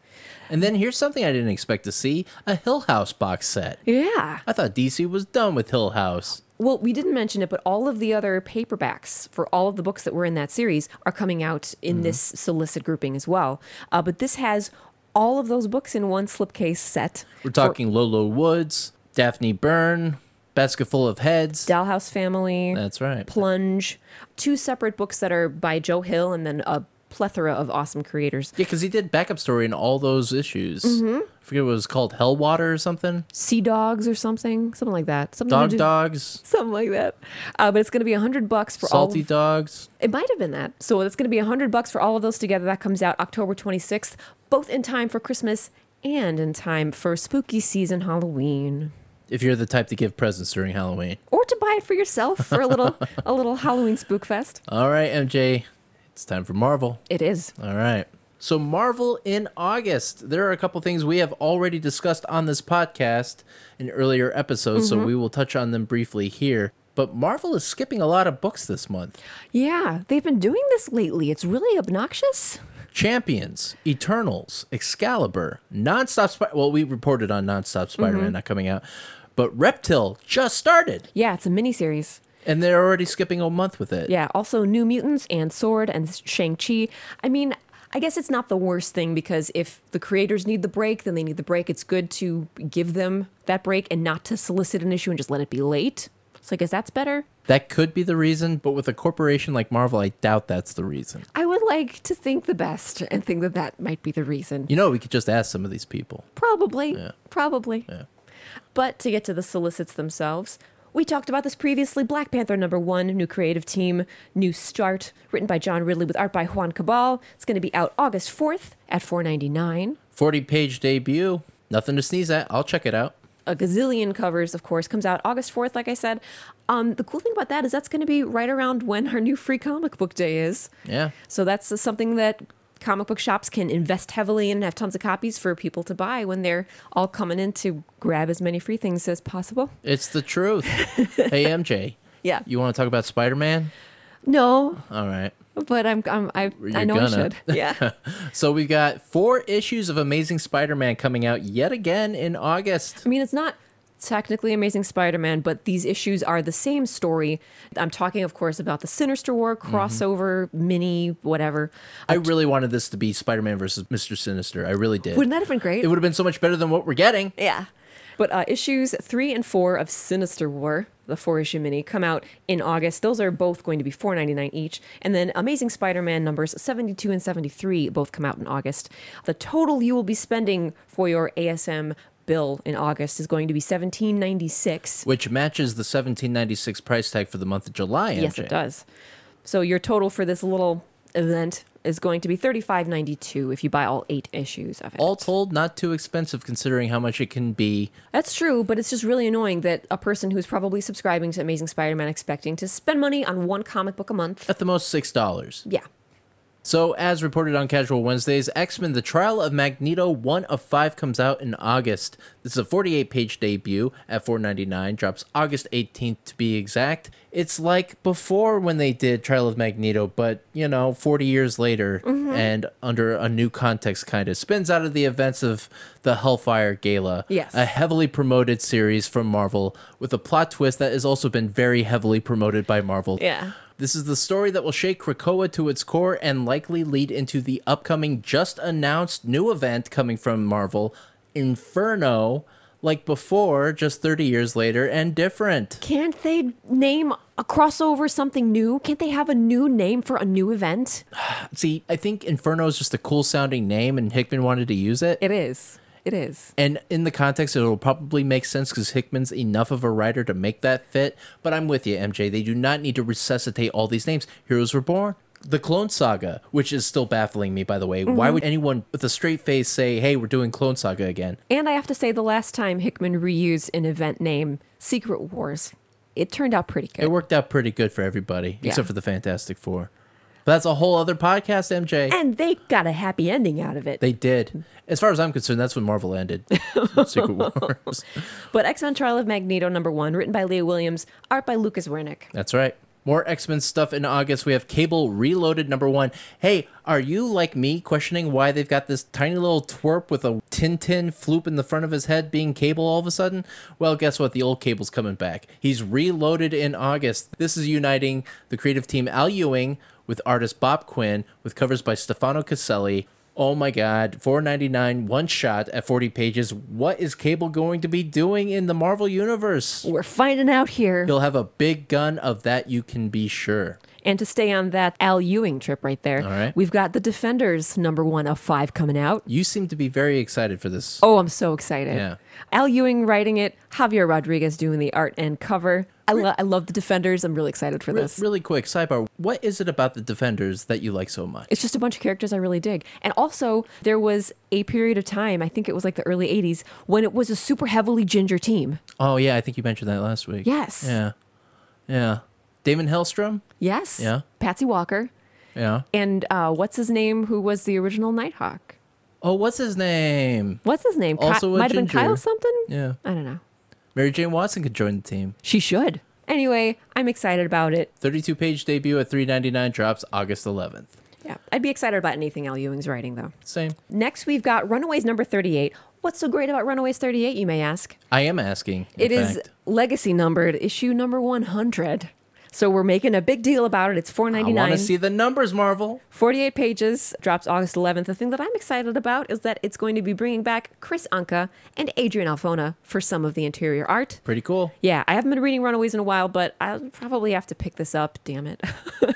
S1: And then here's something I didn't expect to see a Hill House box set.
S2: Yeah.
S1: I thought DC was done with Hill House.
S2: Well, we didn't mention it, but all of the other paperbacks for all of the books that were in that series are coming out
S1: Mm-hmm.
S2: in this solicit grouping as well. Uh, but this has all of those books in one slipcase set.
S1: We're talking Lolo Woods, Daphne Byrne, Basket Full of Heads.
S2: Dollhouse Family,
S1: That's right.
S2: Plunge, two separate books that are by Joe Hill, and then a plethora of awesome creators.
S1: Yeah, because he did backup story in all those issues.
S2: Mm-hmm.
S1: I forget what it was called, Hellwater or something.
S2: Sea Dogs or something, something like that. Something to
S1: Dog
S2: do-
S1: Dogs,
S2: Something like that. Uh, but it's going to be a hundred bucks for all.
S1: Salty
S2: of-
S1: Dogs.
S2: It might have been that. So that's going to be 100 bucks for all of those together. That comes out October 26th, both in time for Christmas and in time for spooky season Halloween.
S1: If you're the type to give presents during Halloween.
S2: Or to buy it for yourself for a little a little Halloween spook fest.
S1: All right, MJ, it's time for Marvel.
S2: It is.
S1: All right. So, Marvel in August. There are a couple things we have already discussed on this podcast in earlier episodes,
S2: Mm-hmm.
S1: so we will touch on them briefly here. But Marvel is skipping a lot of books this month.
S2: Yeah, they've been doing this lately. It's really obnoxious.
S1: Champions, Eternals, Excalibur, Nonstop Spider. Well, we reported on Nonstop Spider-Man not coming out, but Reptil just started,
S2: Yeah, it's a miniseries.
S1: and they're already skipping a month with it.
S2: Yeah, also New Mutants and Sword and Shang-Chi. I mean, I guess it's not the worst thing because if the creators need the break, then they need the break. It's good to give them that break and not to solicit an issue and just let it be late. So I guess that's better.
S1: That could be the reason, but with a corporation like Marvel, I doubt that's the reason.
S2: I would like to think the best and think that that might be the reason.
S1: You know, we could just ask some of these people.
S2: Probably. Probably. But to get to the solicits themselves, we talked about this previously. Black Panther number one, new creative team, new start, written by John Ridley with art by Juan Cabal. It's going to be out August 4th at 4.99.
S1: 40-page debut. Nothing to sneeze at. I'll check it out.
S2: A gazillion covers, of course, comes out August 4th, like I said. Um, the cool thing about that is that's going to be right around when our new free comic book day is.
S1: Yeah.
S2: So that's something that comic book shops can invest heavily in and have tons of copies for people to buy when they're all coming in to grab as many free things as possible.
S1: It's the truth. hey, MJ.
S2: Yeah.
S1: You want to talk about Spider-Man?
S2: No,
S1: All right.
S2: but I'm, I'm I, I
S1: You're
S2: know I
S1: gonna.
S2: should. Yeah.
S1: So we've got four issues of Amazing Spider-Man coming out yet again in August.
S2: I mean, it's not technically Amazing Spider Man, but these issues are the same story. I'm talking, of course, about the Sinister War
S1: Mm-hmm.
S2: crossover, mini, whatever.
S1: I really wanted this to be Spider Man versus Mr. Sinister. I really did.
S2: Wouldn't that have been great?
S1: it would have been so much better than what we're getting.
S2: Yeah. But uh, issues three and four of Sinister War, the four issue mini, come out in August. Those are both going to be four ninety nine each. And then Amazing Spider Man numbers 72 and 73 both come out in August. The total you will be spending for your ASM bill in August is going to be seventeen ninety six.
S1: Which matches the 1796 price tag for the month of July.
S2: Yes,
S1: MJ.
S2: it does. So your total for this little event is going to be $35.92 if you buy all eight issues of it.
S1: All told, not too expensive considering how much it can be.
S2: That's true, but it's just really annoying that a person who's probably subscribing to Amazing Spider-Man expecting to spend money on one comic book a month.
S1: At the most, $6.
S2: Yeah.
S1: So, as reported on Casual Wednesdays, X Men The Trial of Magneto 1 of 5 comes out in August. This is a 48 page debut at $4.99, drops August 18th to be exact. It's like before when they did Trial of Magneto, but you know, 40 years later and under a new context, kind of spins out of the events of the Hellfire Gala.
S2: Yes.
S1: A heavily promoted series from Marvel with a plot twist that has also been very heavily promoted by Marvel.
S2: Yeah.
S1: This is the story that will shake Krakoa to its core and likely lead into the upcoming just announced new event coming from Marvel, Inferno, like before, just 30 years later and different.
S2: Can't they name a crossover something new? Can't they have a new name for a new event?
S1: See, I think Inferno is just a cool sounding name and Hickman wanted to use it.
S2: It is. It is.
S1: And in the context, it'll probably make sense because Hickman's enough of a writer to make that fit. But I'm with you, MJ. They do not need to resuscitate all these names. Heroes Were Born, The Clone Saga, which is still baffling me, by the way. Why would anyone with a straight face say, hey, we're doing Clone Saga again?
S2: And I have to say, the last time Hickman reused an event name, Secret Wars, it turned out pretty
S1: It
S2: good.
S1: worked out pretty good for everybody,
S2: Yeah.
S1: except for the Fantastic Four. But that's a whole other podcast, MJ.
S2: And they got a happy ending out of it.
S1: they did. As far as I'm concerned, that's when Marvel ended. Secret Wars.
S2: but X Men Trial of Magneto number one, written by Leah Williams, art by Lucas Wernick.
S1: That's right. More X Men stuff in August. We have Cable Reloaded number one. Hey, are you like me questioning why they've got this tiny little twerp with a Tintin floop in the front of his head being Cable all of a sudden? Well, guess what? The old Cable's coming back. He's reloaded in August. This is uniting the creative team Al Ewing with artist Bob Quinn with covers by Stefano Caselli. Oh my God, four ninety nine, one shot at forty pages. What is Cable going to be doing in the Marvel universe?
S2: We're finding out here.
S1: He'll have a big gun of that, you can be sure.
S2: And to stay on that Al Ewing trip right there,
S1: All right.
S2: we've got The Defenders number one of five coming out.
S1: You seem to be very excited for this.
S2: Oh, I'm so excited.
S1: Yeah.
S2: Al Ewing writing it, Javier Rodriguez doing the art and cover. I, lo- I love The Defenders. I'm really excited for
S1: Re-
S2: this.
S1: really quick, sidebar. What is it about the Defenders that you like so much?
S2: It's just a bunch of characters I really dig. And also, there was a period of time, I think it was like the early 80s, when it was a super heavily ginger team.
S1: Oh, yeah, I think you mentioned that last week.
S2: Yes.
S1: Yeah. Yeah. Damon Hellstrom?
S2: Yes.
S1: Yeah.
S2: Patsy Walker.
S1: Yeah.
S2: And uh, what's his name? Who was the original Nighthawk?
S1: Oh, what's his name?
S2: What's his name?
S1: Also a
S2: Might have been
S1: ginger.
S2: Kyle something?
S1: Yeah.
S2: I don't know.
S1: Mary Jane Watson could join the team.
S2: She should. Anyway, I'm excited about it.
S1: 32 page debut at 399 drops August 11th.
S2: Yeah, I'd be excited about anything Al Ewing's writing, though.
S1: Same.
S2: Next, we've got Runaways number 38. What's so great about Runaways 38, you may ask?
S1: I am asking. in
S2: It is
S1: fact.
S2: legacy numbered, issue number 100. So we're making a big deal about it. It's
S1: I want to
S2: 4.99,
S1: see the numbers, Marvel.
S2: 48 pages, drops August 11th. The thing that I'm excited about is that it's going to be bringing back Chris Anka and Adrian Alfona for some of the interior art.
S1: Pretty cool.
S2: Yeah, I haven't been reading Runaways in a while, but I'll probably have to pick this up. Damn it.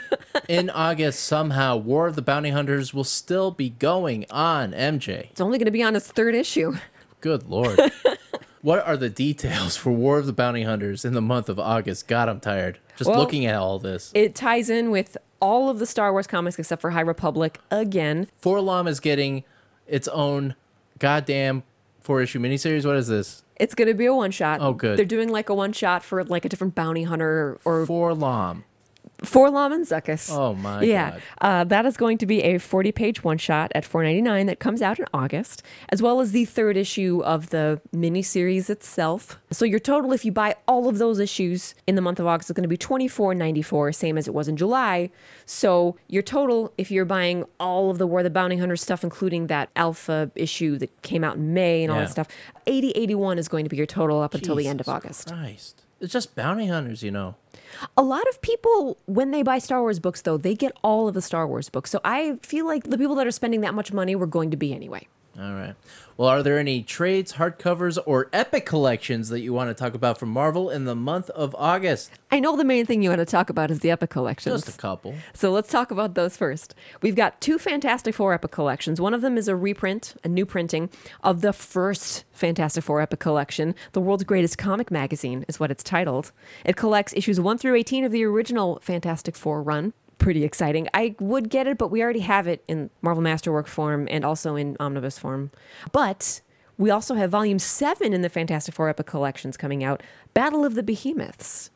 S1: in August, somehow, War of the Bounty Hunters will still be going on, MJ.
S2: It's only going to be on its third issue.
S1: Good lord. what are the details for War of the Bounty Hunters in the month of August? God, I'm tired. Just
S2: Well-
S1: looking at all this.
S2: It ties in with all of the Star Wars comics except for High Republic again.
S1: Forlom is getting its own goddamn four issue miniseries. What is this?
S2: It's going to be a one shot.
S1: Oh, good.
S2: They're doing like a one shot for like a different bounty hunter or
S1: Forlom.
S2: for Lom and Zuckus.
S1: Oh my
S2: yeah.
S1: god.
S2: Uh, that is going to be a 40 page one shot at 4.99 that comes out in August, as well as the third issue of the miniseries itself. So your total, if you buy all of those issues in the month of August, is going to be 24.94, same as it was in July. So your total, if you're buying all of the War of the Bounty Hunter stuff, including that Alpha issue that came out in May and all
S1: Yeah.
S2: that stuff, 80.81 is going to be your total up until the end of
S1: Jesus
S2: August.
S1: Christ. It's just bounty hunters, you know.
S2: A lot of people, when they buy Star Wars books, though, they get all of the Star Wars books. So I feel like the people that are spending that much money were going to be anyway.
S1: All right. Well, are there any trades, hardcovers, or epic collections that you want to talk about from Marvel in the month of August?
S2: I know the main thing you want to talk about is the Epic collections.
S1: Just a couple.
S2: So let's talk about those first. We've got two Fantastic Four Epic collections. One of them is a reprint, a new printing of the first Fantastic Four Epic collection, The World's Greatest Comic Magazine is what it's titled. It collects issues 1 through 18 of the original Fantastic Four run. pretty exciting. I would get it, but we already have it in Marvel Masterwork form and also in omnibus form. But we also have Volume 7 in the Fantastic Four Epic Collections coming out Battle of the Behemoths.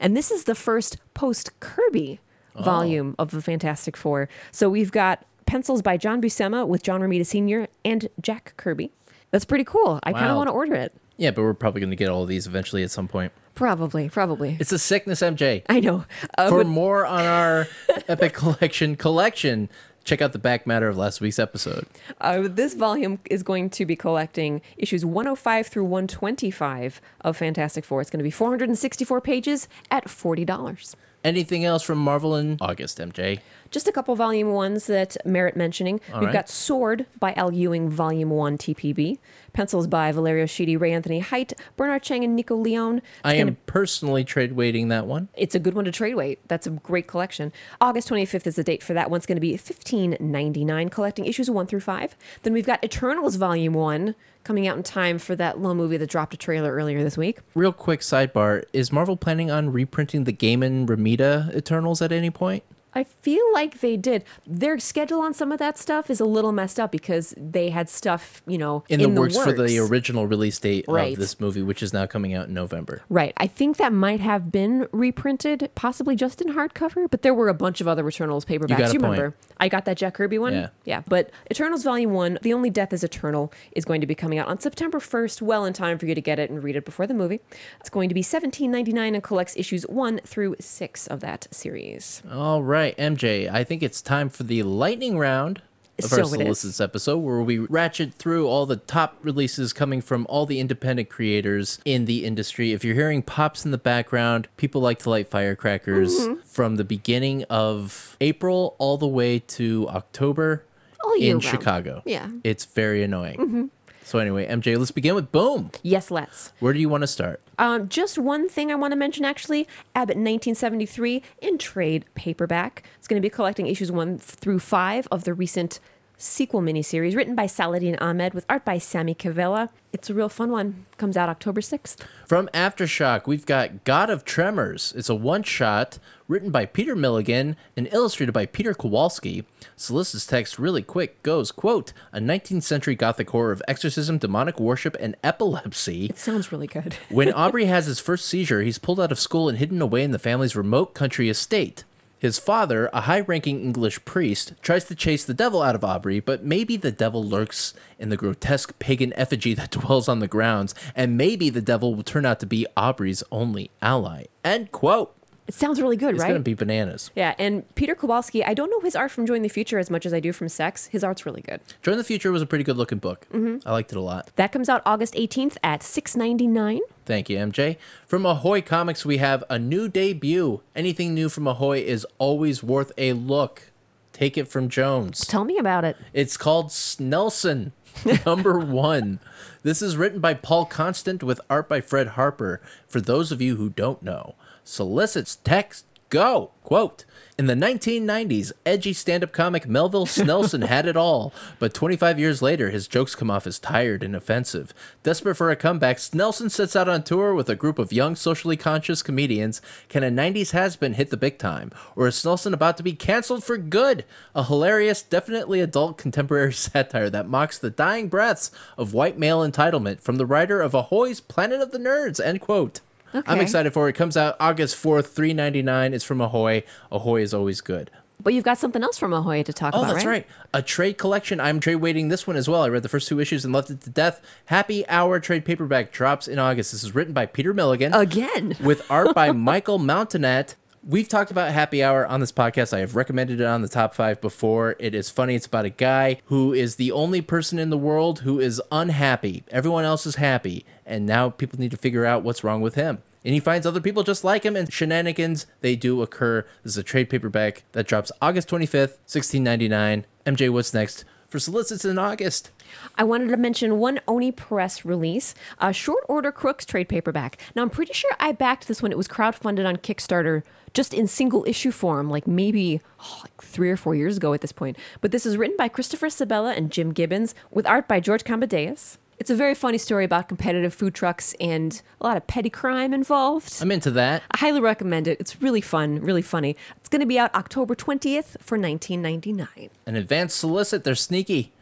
S2: And this is the first post Kirby
S1: Oh.
S2: volume of the Fantastic Four. So we've got pencils by John Buscema with John Romita Sr. and Jack Kirby. That's pretty cool. I kind of
S1: Wow.
S2: want to order it.
S1: Yeah, but we're probably going to get all of these eventually at some point.
S2: Probably, probably.
S1: It's a sickness, MJ.
S2: I know. Uh,
S1: For more on our Epic Collection collection, check out the back matter of last week's episode.
S2: Uh, this volume is going to be collecting issues 105 through 125 of Fantastic Four. It's going to be 464 pages at $40.
S1: Anything else from Marvel in August, MJ?
S2: Just a couple volume ones that merit mentioning. We've
S1: right.
S2: got Sword by Al Ewing, Volume 1 TPB. Pencils by Valerio Sheedy, Ray Anthony Haidt, Bernard Chang, and Nico Leone. It's
S1: I
S2: gonna
S1: am personally trade waiting that one.
S2: it's a good one to trade weight. That's a great collection. August 25th is the date for that one. It's going to be 15.99 collecting issues 1 through 5. Then we've got Eternals volume 1 coming out in time for that little movie that dropped a trailer earlier this week.
S1: Real quick sidebar Is Marvel planning on reprinting the Gaiman Ramita Eternals at any point?
S2: I feel like they did. Their schedule on some of that stuff is a little messed up because they had stuff, you know,
S1: In,
S2: in,
S1: the, works, for the
S2: works.
S1: original release date
S2: Right.
S1: of this movie, which is now coming out in November.
S2: Right. I think that might have been reprinted, possibly just in hardcover, but there were a bunch of other Eternals paperbacks. You,
S1: got a
S2: remember?
S1: point.
S2: I got that Jack Kirby one.
S1: Yeah.
S2: But Eternals Volume 1, The Only Death is Eternal, is going to be coming out on September 1st, well in time for you to get it and read it before the movie. It's going to be $17.99 and collects issues 1 through 6 of that series.
S1: All right, MJ, I think it's time for the lightning round of
S2: So
S1: our
S2: it is.
S1: solicits episode where we ratchet through all the top releases coming from all the independent creators in the industry. If you're hearing pops in the background, people like to light firecrackers
S2: Mm-hmm.
S1: from the beginning of April all the way to October
S2: All year
S1: in
S2: round.
S1: Chicago.
S2: Yeah. Mm-hmm.
S1: It's very annoying. So anyway, MJ, let's begin with Boom.
S2: Yes, let's.
S1: Where do you want to start?
S2: Um, just one thing I want to mention actually Abbott 1973 in trade paperback. It's going to be collecting issues one through five of the recent sequel miniseries written by Saladin Ahmed with art by Sammy Cavella. It's a real fun one. Comes out October 6th.
S1: From Aftershock, we've got God of Tremors. It's a one shot written by Peter Milligan and illustrated by Peter Kowalski. Solicits text really quick goes, quote, a 19th century gothic horror of exorcism, demonic worship, and epilepsy.
S2: Sounds really good.
S1: When Aubrey has his first seizure, he's pulled out of school and hidden away in the family's remote country estate. His father, a high ranking English priest, tries to chase the devil out of Aubrey, but maybe the devil lurks in the grotesque pagan effigy that dwells on the grounds, and maybe the devil will turn out to be Aubrey's only ally. End quote.
S2: It sounds really good,
S1: It's
S2: right?
S1: gonna be bananas.
S2: yeah, and Peter Kowalski, I don't know his art from Join the Future as much as I do from Sex. His art's really good.
S1: Join the Future was a pretty good looking book. I liked it a lot.
S2: That comes out August 18th at 6.99.
S1: Thank you, MJ. From Ahoy Comics, we have a new debut. Anything new from Ahoy is always worth a look. Take it from Jones.
S2: Tell me about it.
S1: It's called Snelson, number one. This is written by Paul Constant with art by Fred Harper. For those of you who don't know, solicits text go. Quote In the 1990s, edgy stand up comic Melville Snelson had it all, but 25 years later, his jokes come off as tired and offensive. Desperate for a comeback, Snelson sets out on tour with a group of young, socially conscious comedians. Can a 90s has been hit the big time? Or is Snelson about to be canceled for good? A hilarious, definitely adult contemporary satire that mocks the dying breaths of white male entitlement from the writer of Ahoy's Planet of the Nerds, end quote. I'm
S2: Okay.
S1: excited for it. It comes out August 4th, 3.99. It's from Ahoy. Ahoy is always good.
S2: But you've got something else from Ahoy to talk
S1: Oh,
S2: about,
S1: that's right. A trade collection. I'm trade waiting this one as well. I read the first two issues and loved it to death. Happy Hour trade paperback drops in August. This is written by Peter
S2: Oh,
S1: Milligan
S2: Again.
S1: with art by Michael Mountainat. We've talked about Happy Hour on this podcast. I have recommended it on the top five before. It is funny. It's about a guy who is the only person in the world who is unhappy. Everyone else is happy. And now people need to figure out what's wrong with him. And he finds other people just like him, and shenanigans, they do occur. This is a trade paperback that drops August 25th, 1699. MJ, what's next for solicits in August?
S2: I wanted to mention one Oni Press release, a Short Order Crooks trade paperback. Now, I'm pretty sure I backed this one. It was crowdfunded on Kickstarter just in single issue form, like maybe oh, like three or four years ago at this point. But this is written by Christopher Sabella and Jim Gibbons with art by George Cambadeus. It's a very funny story about competitive food trucks and a lot of petty crime involved.
S1: I'm into that.
S2: I highly recommend it. It's really fun, really funny. It's going to be out October 20th for 1999.
S1: An advanced solicit. They're sneaky.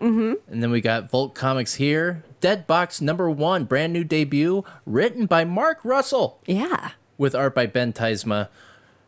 S1: Mm-hmm. And then we got Volt Comics here. Dead Box number one, brand new debut, written by Mark Russell.
S2: Yeah.
S1: with art by Ben Tysma.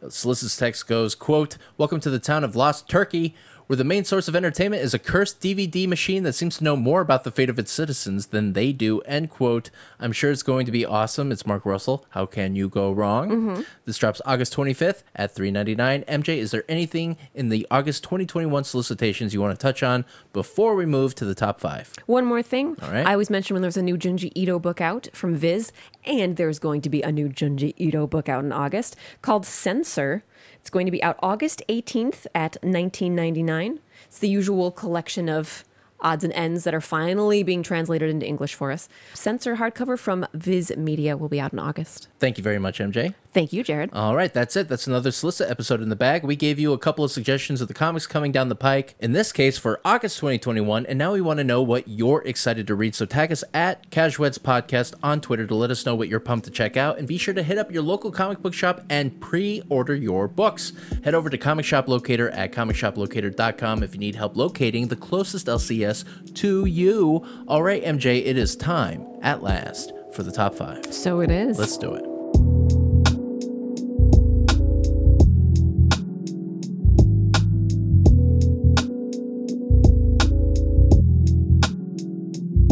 S1: Solicit's text goes, quote, Welcome to the town of Lost Turkey, where the main source of entertainment is a cursed DVD machine that seems to know more about the fate of its citizens than they do, end quote. I'm sure it's going to be awesome. It's Mark Russell. How can you go wrong? This drops August 25th at 3.99. MJ, is there anything in the August 2021 solicitations you want to touch on before we move to the top five?
S2: One more thing.
S1: right.
S2: I always mention when there's a new Junji Ito book out from Viz, and there's going to be a new Junji Ito book out in August called Censor. It's going to be out August 18th at 1999. It's the usual collection of odds and ends that are finally being translated into English for us. Censor hardcover from Viz Media will be out in August.
S1: Thank you very much, MJ.
S2: Thank you, Jared.
S1: All right, that's it. That's another Solicit episode in the bag. We gave you a couple of suggestions of the comics coming down the pike, in this case for August 2021, and now we want to know what you're excited to read. So tag us at Casuets Podcast on Twitter to let us know what you're pumped to check out, and be sure to hit up your local comic book shop and pre order your books. Head over to Comic Shop Locator at comicshoplocator.com if you need help locating the closest LCS to you. All right, MJ, it is time at last for the top five.
S2: So it is.
S1: Let's do it.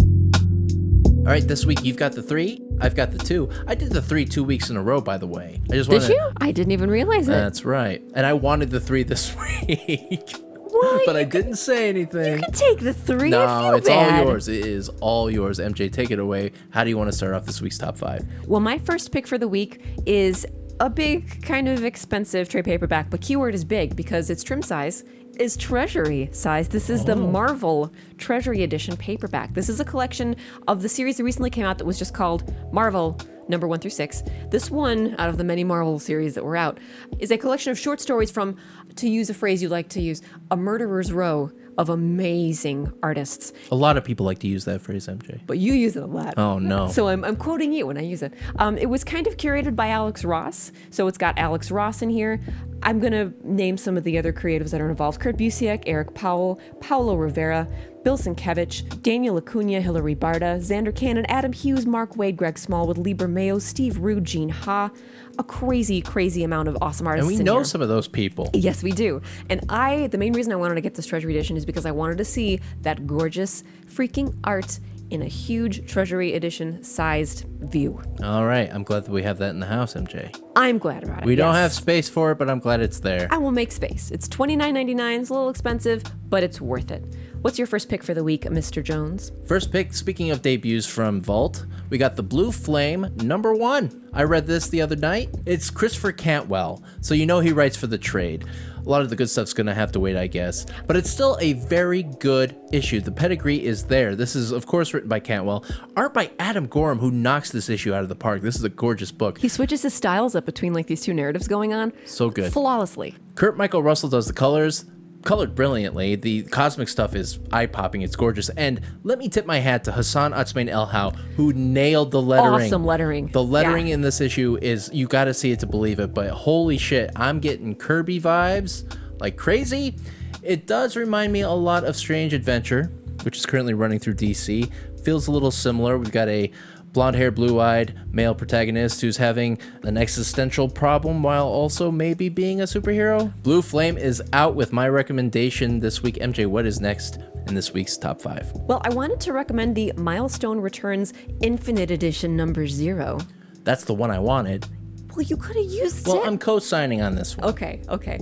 S1: All right, this week you've got the three. I've got the two. I did the three two weeks in a row, by the way. I just
S2: Did
S1: wanted.
S2: you? I didn't even realize it.
S1: That's right. And I wanted the three this week,
S2: Why?
S1: but I
S2: you
S1: didn't say anything.
S2: can take the three. I
S1: no,
S2: feel
S1: it's
S2: bad.
S1: all yours. It is all yours. MJ, take it away. How do you want to start off this week's top five?
S2: Well, my first pick for the week is a big, kind of expensive trade paperback, but keyword is big because its trim size is treasury size. This is the Marvel Treasury Edition paperback. This is a collection of the series that recently came out that was just called Marvel number one through six. This one, out of the many Marvel series that were out, is a collection of short stories from, to use a phrase you like to use, a murderer's row of amazing artists.
S1: A lot of people like to use that phrase, MJ.
S2: But you use it a lot.
S1: Oh, no.
S2: So I'm, I'm quoting you when I use it. Um, it was kind of curated by Alex Ross, so it's got Alex Ross in here. I'm gonna name some of the other creatives that are involved: Kurt Busiek, Eric Powell, Paulo Rivera, Bill Sienkiewicz, Daniel Acuna, Hilary Barda, Xander Cannon, Adam Hughes, Mark Wade, Greg Smallwood, Lieber Mayo, Steve Rude, Gene Ha. A crazy, crazy amount of awesome artists.
S1: And we
S2: in
S1: know
S2: here.
S1: some of those people.
S2: Yes, we do. And I, the main reason I wanted to get this treasury edition is because I wanted to see that gorgeous freaking art in a huge treasury edition sized view.
S1: All right. I'm glad that we have that in the house, MJ.
S2: I'm glad about it.
S1: We don't
S2: yes.
S1: have space for it, but I'm glad it's there.
S2: I will make space. It's $29.99. It's a little expensive, but it's worth it. What's your first pick for the week, Mr. Jones?
S1: First pick, speaking of debuts from Vault, we got The Blue Flame, number one. I read this the other night. It's Christopher Cantwell, so you know he writes for the trade. A lot of the good stuff's gonna have to wait, I guess. But it's still a very good issue. The pedigree is there. This is, of course, written by Cantwell. Art by Adam Gorham, who knocks this issue out of the park. This is a gorgeous book.
S2: He switches his styles up between like these two narratives going on.
S1: So good.
S2: Flawlessly.
S1: Kurt Michael Russell does the colors, colored brilliantly. The cosmic stuff is eye popping. It's gorgeous. And let me tip my hat to Hassan Atsmain Elhau, who nailed the lettering.
S2: Awesome lettering.
S1: The lettering
S2: Yeah.
S1: in this issue is you got to see it to believe it. But holy shit, I'm getting Kirby vibes like crazy. It does remind me a lot of Strange Adventure, which is currently running through DC. Feels a little similar. We've got a blonde haired, blue eyed male protagonist who's having an existential problem while also maybe being a superhero. Blue Flame is out with my recommendation this week. MJ, what is next in this week's top five?
S2: Well, I wanted to recommend the Milestone Returns Infinite Edition number zero.
S1: That's the one I wanted.
S2: Well, you could have used
S1: Well,
S2: it.
S1: I'm co signing on this one.
S2: Okay, okay.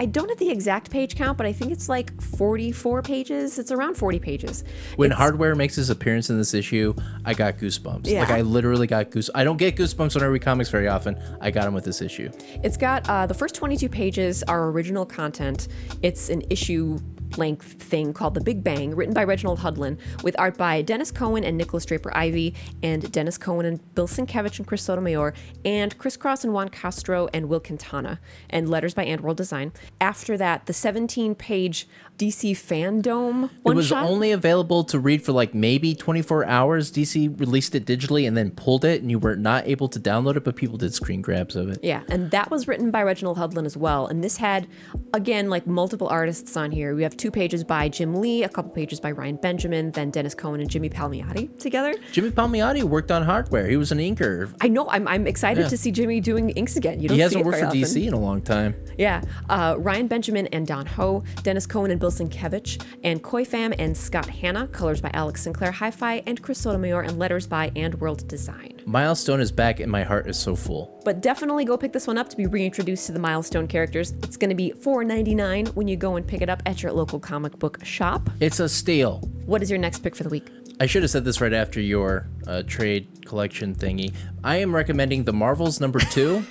S2: I don't have the exact page count, but I think it's like 44 pages. It's around 40 pages.
S1: when
S2: It's-
S1: hardware makes his appearance in this issue i got goosebumps
S2: Yeah.
S1: like i literally got goose i don't get goosebumps when i read comics very often i got them with this issue
S2: It's got uh, the first 22 pages are original content. It's an issue length thing called The Big Bang, written by Reginald Hudlin, with art by Dennis Cohen and Nicholas Draper Ivy, and Dennis Cohen and Bill Sienkiewicz and Chris Sotomayor, and Chris Cross and Juan Castro and Will Quintana, and letters by Ant World Design. After that, the 17 page DC Fandom one
S1: it was
S2: shot.
S1: only available to read for like maybe 24 hours. DC released it digitally and then pulled it, and you were not able to download it, but people did screen grabs of it.
S2: Yeah, and that was written by Reginald Hudlin as well. And this had, again, like multiple artists on here. We have two pages by Jim Lee, a couple pages by Ryan Benjamin, then Dennis Cohen and Jimmy Palmiotti together.
S1: Jimmy Palmiotti worked on hardware. He was an inker.
S2: I know I'm, I'm excited
S1: Yeah.
S2: to see Jimmy doing inks again. You don't
S1: He
S2: see
S1: hasn't
S2: it
S1: worked for
S2: very often.
S1: DC in a long time.
S2: Yeah, uh, Ryan Benjamin and Don Ho, Dennis Cohen and Bill Sienkiewicz, and Koi Pham and Scott Hanna, colors by Alex Sinclair Hi-Fi, and Chris Sotomayor, and letters by And World Design.
S1: Milestone is back, and my heart is so full.
S2: But definitely go pick this one up to be reintroduced to the milestone characters. It's going to be $4.99 when you go and pick it up at your local comic book shop.
S1: It's a steal.
S2: What is your next pick for the week?
S1: I should have said this right after your uh, trade collection thingy. I am recommending the Marvels number two.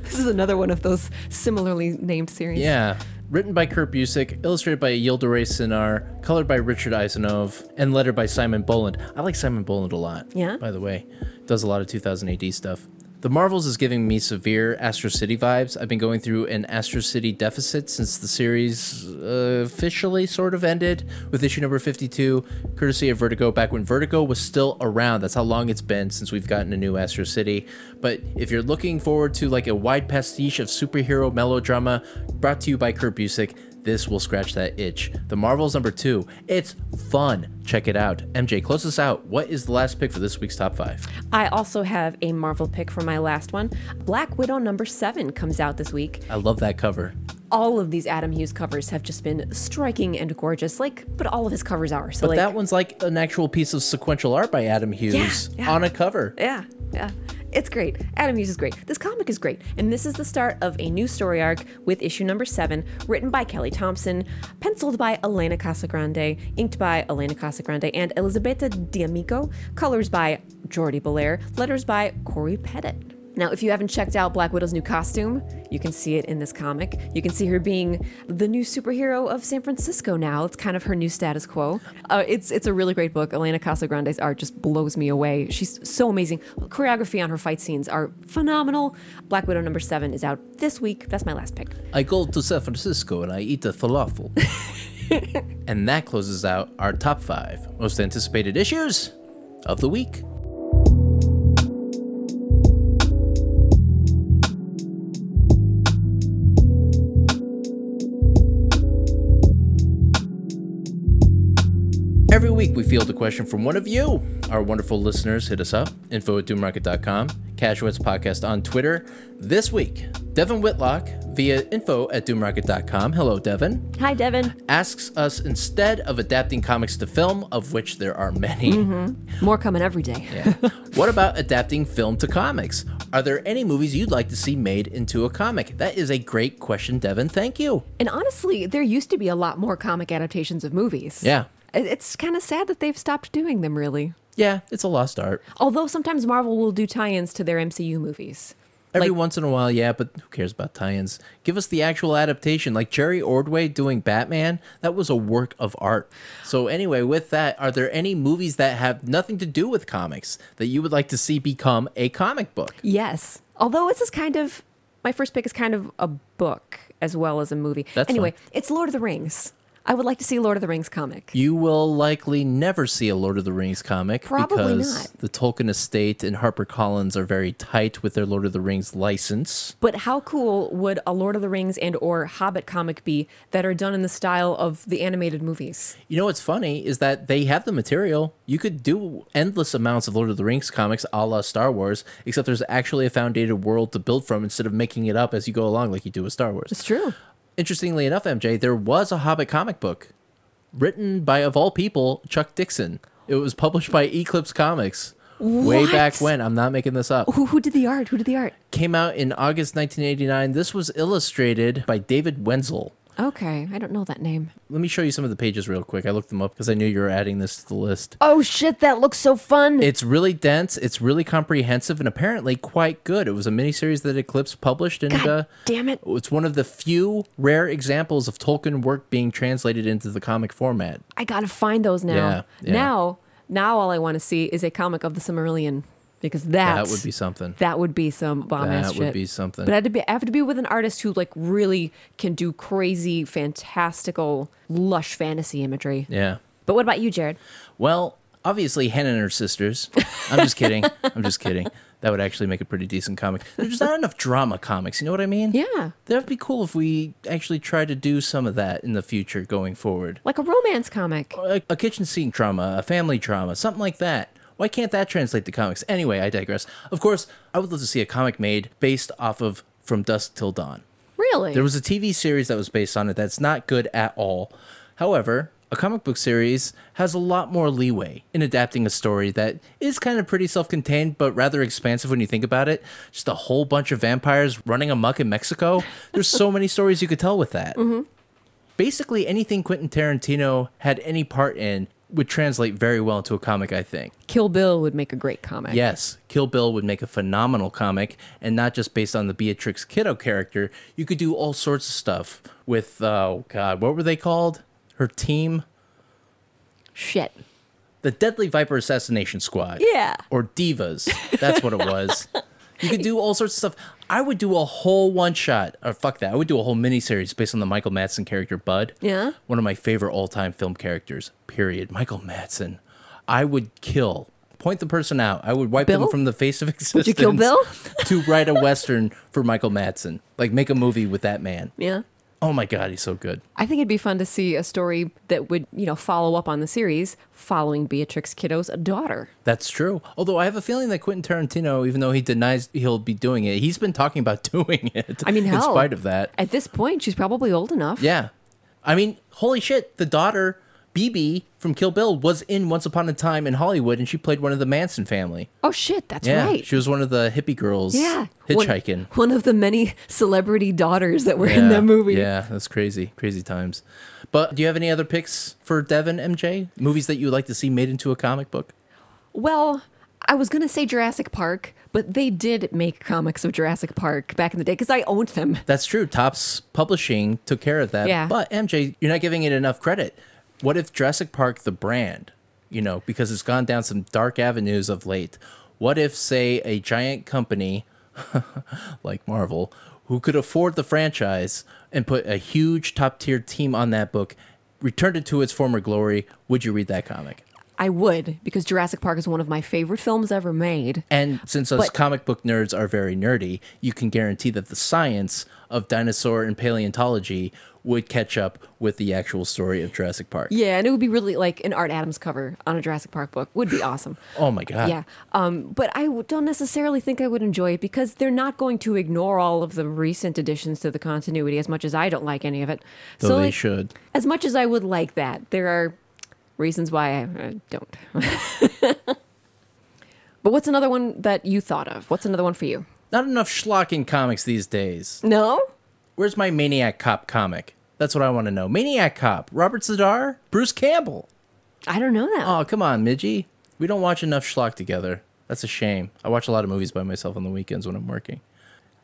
S2: This is another one of those similarly named series.
S1: yeah. Written by Kurt Busick, illustrated by Yildiray Sinar, colored by Richard Eisenov, and lettered by Simon Boland. I like Simon Boland a lot.
S2: Yeah?
S1: By the way, does a lot of 2000 AD stuff. The Marvels is giving me severe Astro City vibes. I've been going through an Astro City deficit since the series uh, officially sort of ended with issue number 52, courtesy of Vertigo, back when Vertigo was still around. That's how long it's been since we've gotten a new Astro City. But if you're looking forward to like a wide pastiche of superhero melodrama brought to you by Kurt Busick, this will scratch that itch. The Marvels number two. It's fun. Check it out. MJ, close us out. What is the last pick for this week's top five?
S2: I also have a Marvel pick for my last one. Black Widow number seven comes out this week.
S1: I love that cover.
S2: All of these Adam Hughes covers have just been striking and gorgeous. Like, but all of his covers are. So
S1: But
S2: like,
S1: that one's like an actual piece of sequential art by Adam Hughes
S2: yeah.
S1: on a cover.
S2: Yeah, yeah. It's great. Adam Hughes is great. This comic is great. And this is the start of a new story arc with issue number seven, written by Kelly Thompson, penciled by Elena Casagrande, inked by Elena Casagrande and Elisabetta D'Amico, colors by Jordi Belair, letters by Corey Pettit. Now, if you haven't checked out Black Widow's new costume, you can see it in this comic. You can see her being the new superhero of San Francisco now. It's kind of her new status quo. Uh, it's it's a really great book. Elena Casagrande's art just blows me away. She's so amazing. Choreography on her fight scenes are phenomenal. Black Widow number seven is out this week. That's my last pick.
S1: I go to San Francisco and I eat a falafel. and that closes out our top five most anticipated issues of the week. Every week, we field a question from one of you. Our wonderful listeners hit us up, info at doomrocket.com, Casuets Podcast on Twitter. This week, Devin Whitlock via info at doomrocket.com. Hello, Devin
S2: Hi, Devin.
S1: asks us instead of adapting comics to film, of which there are many,
S2: More coming every day.
S1: what about adapting film to comics? Are there any movies you'd like to see made into a comic? That is a great question, Devin. Thank you.
S2: And honestly, there used to be a lot more comic adaptations of movies.
S1: Yeah.
S2: It- It's kind of sad that they've stopped doing them, really.
S1: Yeah, it's a lost art.
S2: Although sometimes Marvel will do tie ins to their MCU movies.
S1: Every
S2: Like-
S1: once in a while, yeah, but who cares about tie ins? Give us the actual adaptation, like Jerry Ordway doing Batman. That was a work of art. So, anyway, with that, are there any movies that have nothing to do with comics that you would like to see become a comic book?
S2: Yes. Although this is kind of my first pick is kind of a book as well as a movie.
S1: That's
S2: anyway,
S1: fine.
S2: it's Lord of the Rings. I would like to see Lord of the Rings comic.
S1: you will likely never see a Lord of the Rings comic
S2: Probably
S1: because
S2: not.
S1: the Tolkien estate and HarperCollins are very tight with their Lord of the Rings license.
S2: But how cool would a Lord of the Rings and or Hobbit comic be that are done in the style of the animated movies?
S1: You know what's funny is that they have the material. You could do endless amounts of Lord of the Rings comics a la Star Wars, except there's actually a founded world to build from instead of making it up as you go along like you do with Star Wars.
S2: It's true.
S1: Interestingly enough, MJ, there was a Hobbit comic book written by, of all people, Chuck Dixon. It was published by Eclipse Comics. Way
S2: What?
S1: back when. I'm not making this up.
S2: Who who did the art? Who did the art?
S1: came out in August 1989. This was illustrated by David Wenzel.
S2: Okay, I don't know that name.
S1: Let me show you some of the pages real quick. I looked them up because I knew you were adding this to the list.
S2: Oh shit, that looks so fun.
S1: It's really dense, it's really comprehensive, and apparently quite good. It was a miniseries that Eclipse published, and
S2: God
S1: uh,
S2: damn it.
S1: it's one of the few rare examples of Tolkien work being translated into the comic format.
S2: I gotta find those now.
S1: Yeah, yeah.
S2: Now, now all I want to see is a comic of the Silmarillion because that
S1: that would be something.
S2: that would be some bomb ass
S1: That
S2: shit.
S1: would be something.
S2: But I had to be I have to be with an artist who like really can do crazy, fantastical, lush fantasy imagery.
S1: yeah.
S2: But what about you, Jared?
S1: Well, obviously, Hannah and her sisters. I'm just kidding. I'm just kidding. That would actually make a pretty decent comic. There's just not enough drama comics. You know what I mean?
S2: Yeah.
S1: That would be cool if we actually try to do some of that in the future going forward.
S2: Like a romance comic.
S1: A, a kitchen scene trauma, a family trauma, something like that. Why can't that translate to comics? Anyway, I digress. Of course, I would love to see a comic made based off of From Dusk Till Dawn.
S2: Really?
S1: There was a TV series that was based on it that's not good at all. However, a comic book series has a lot more leeway in adapting a story that is kind of pretty self contained, but rather expansive when you think about it. Just a whole bunch of vampires running amok in Mexico. There's so many stories you could tell with that. Basically, anything Quentin Tarantino had any part in would translate very well into a comic, I think.
S2: Kill Bill would make a great comic.
S1: Yes, Kill Bill would make a phenomenal comic, and not just based on the Beatrix Kiddo character. You could do all sorts of stuff with, oh God, what were they called? Her team?
S2: Shit.
S1: The Deadly Viper Assassination Squad.
S2: Yeah.
S1: Or Divas. That's what it was. you could do all sorts of stuff. I would do a whole one shot, or fuck that, I would do a whole miniseries based on the Michael Madsen character, Bud.
S2: Yeah.
S1: One of my favorite all time film characters, period. Michael Madsen. I would kill. Point the person out. I would wipe
S2: Bill?
S1: them from the face of existence.
S2: you kill Bill?
S1: to write a western for Michael Madsen, like make a movie with that man.
S2: Yeah.
S1: Oh my god, he's so good.
S2: I think it'd be fun to see a story that would, you know, follow up on the series following Beatrix Kiddo's daughter.
S1: That's true. Although I have a feeling that Quentin Tarantino, even though he denies he'll be doing it, he's been talking about doing it.
S2: I mean,
S1: in
S2: hell.
S1: spite of that,
S2: At this point, she's probably old enough.
S1: yeah. I mean, holy shit, the daughter BB from Kill Bill was in Once Upon a Time in Hollywood, and she played one of the Manson family.
S2: Oh shit, that's
S1: Yeah,
S2: right.
S1: she was one of the hippie girls.
S2: yeah. One-
S1: hitchhiking.
S2: One, of the many celebrity daughters that were in
S1: Yeah,
S2: that movie.
S1: Yeah, that's crazy, crazy times. But do you have any other picks for Devin MJ movies that you would like to see made into a comic book?
S2: Well, I was going to say Jurassic Park, but they did make comics of Jurassic Park back in the day because I owned them.
S1: That's true. Tops Publishing took care of that.
S2: Yeah.
S1: But MJ, you're not giving it enough credit. What if Jurassic Park, the brand, you know, because it's gone down some dark avenues of late? What if, say, a giant company like Marvel, who could afford the franchise and put a huge top tier team on that book, returned it to its former glory? Would you read that comic?
S2: I would because Jurassic Park is one of my favorite films ever made.
S1: And since us
S2: But-
S1: comic book nerds are very nerdy, you can guarantee that the science of dinosaur and paleontology would catch up with the actual story of Jurassic Park.
S2: Yeah, and it would be really like an Art Adams cover on a Jurassic Park book would be awesome.
S1: Oh my god.
S2: Yeah, um, but I w- don't necessarily think I would enjoy it because they're not going to ignore all of the recent additions to the continuity as much as I don't like any of it.
S1: Though they
S2: like,
S1: should.
S2: as much as I would like that, there are reasons why I uh, don't. but what's another one that you thought of? What's another one for you?
S1: Not enough schlock in comics these days.
S2: No.
S1: Where's my Maniac Cop comic? That's what I want to know. Maniac Cop, Robert Zadar, Bruce Campbell.
S2: I don't know that.
S1: Oh, come on, Midgie. We don't watch enough schlock together. That's a shame. I watch a lot of movies by myself on the weekends when I'm working.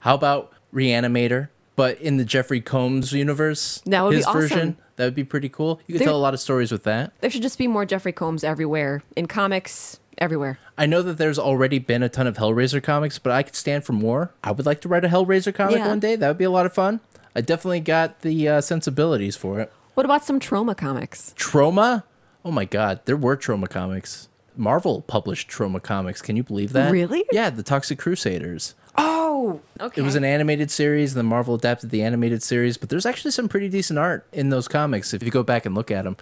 S1: How about Reanimator, but in the Jeffrey Combs universe?
S2: That would be
S1: his
S2: awesome.
S1: version. That would be pretty cool. You could
S2: There-
S1: tell a lot of stories with that.
S2: There should just be more Jeffrey Combs everywhere in comics, everywhere.
S1: I know that there's already been a ton of Hellraiser comics, but I could stand for more. I would like to write a Hellraiser comic
S2: Yeah.
S1: one day. That would be a lot of fun. I definitely got the uh, sensibilities for it.
S2: What about some trauma comics?
S1: Trauma? Oh my god, there were trauma comics. Marvel published trauma comics. Can you believe that?
S2: Really?
S1: Yeah, the Toxic Crusaders.
S2: Oh, okay.
S1: It was an animated series, and then Marvel adapted the animated series. But there's actually some pretty decent art in those comics if you go back and look at them.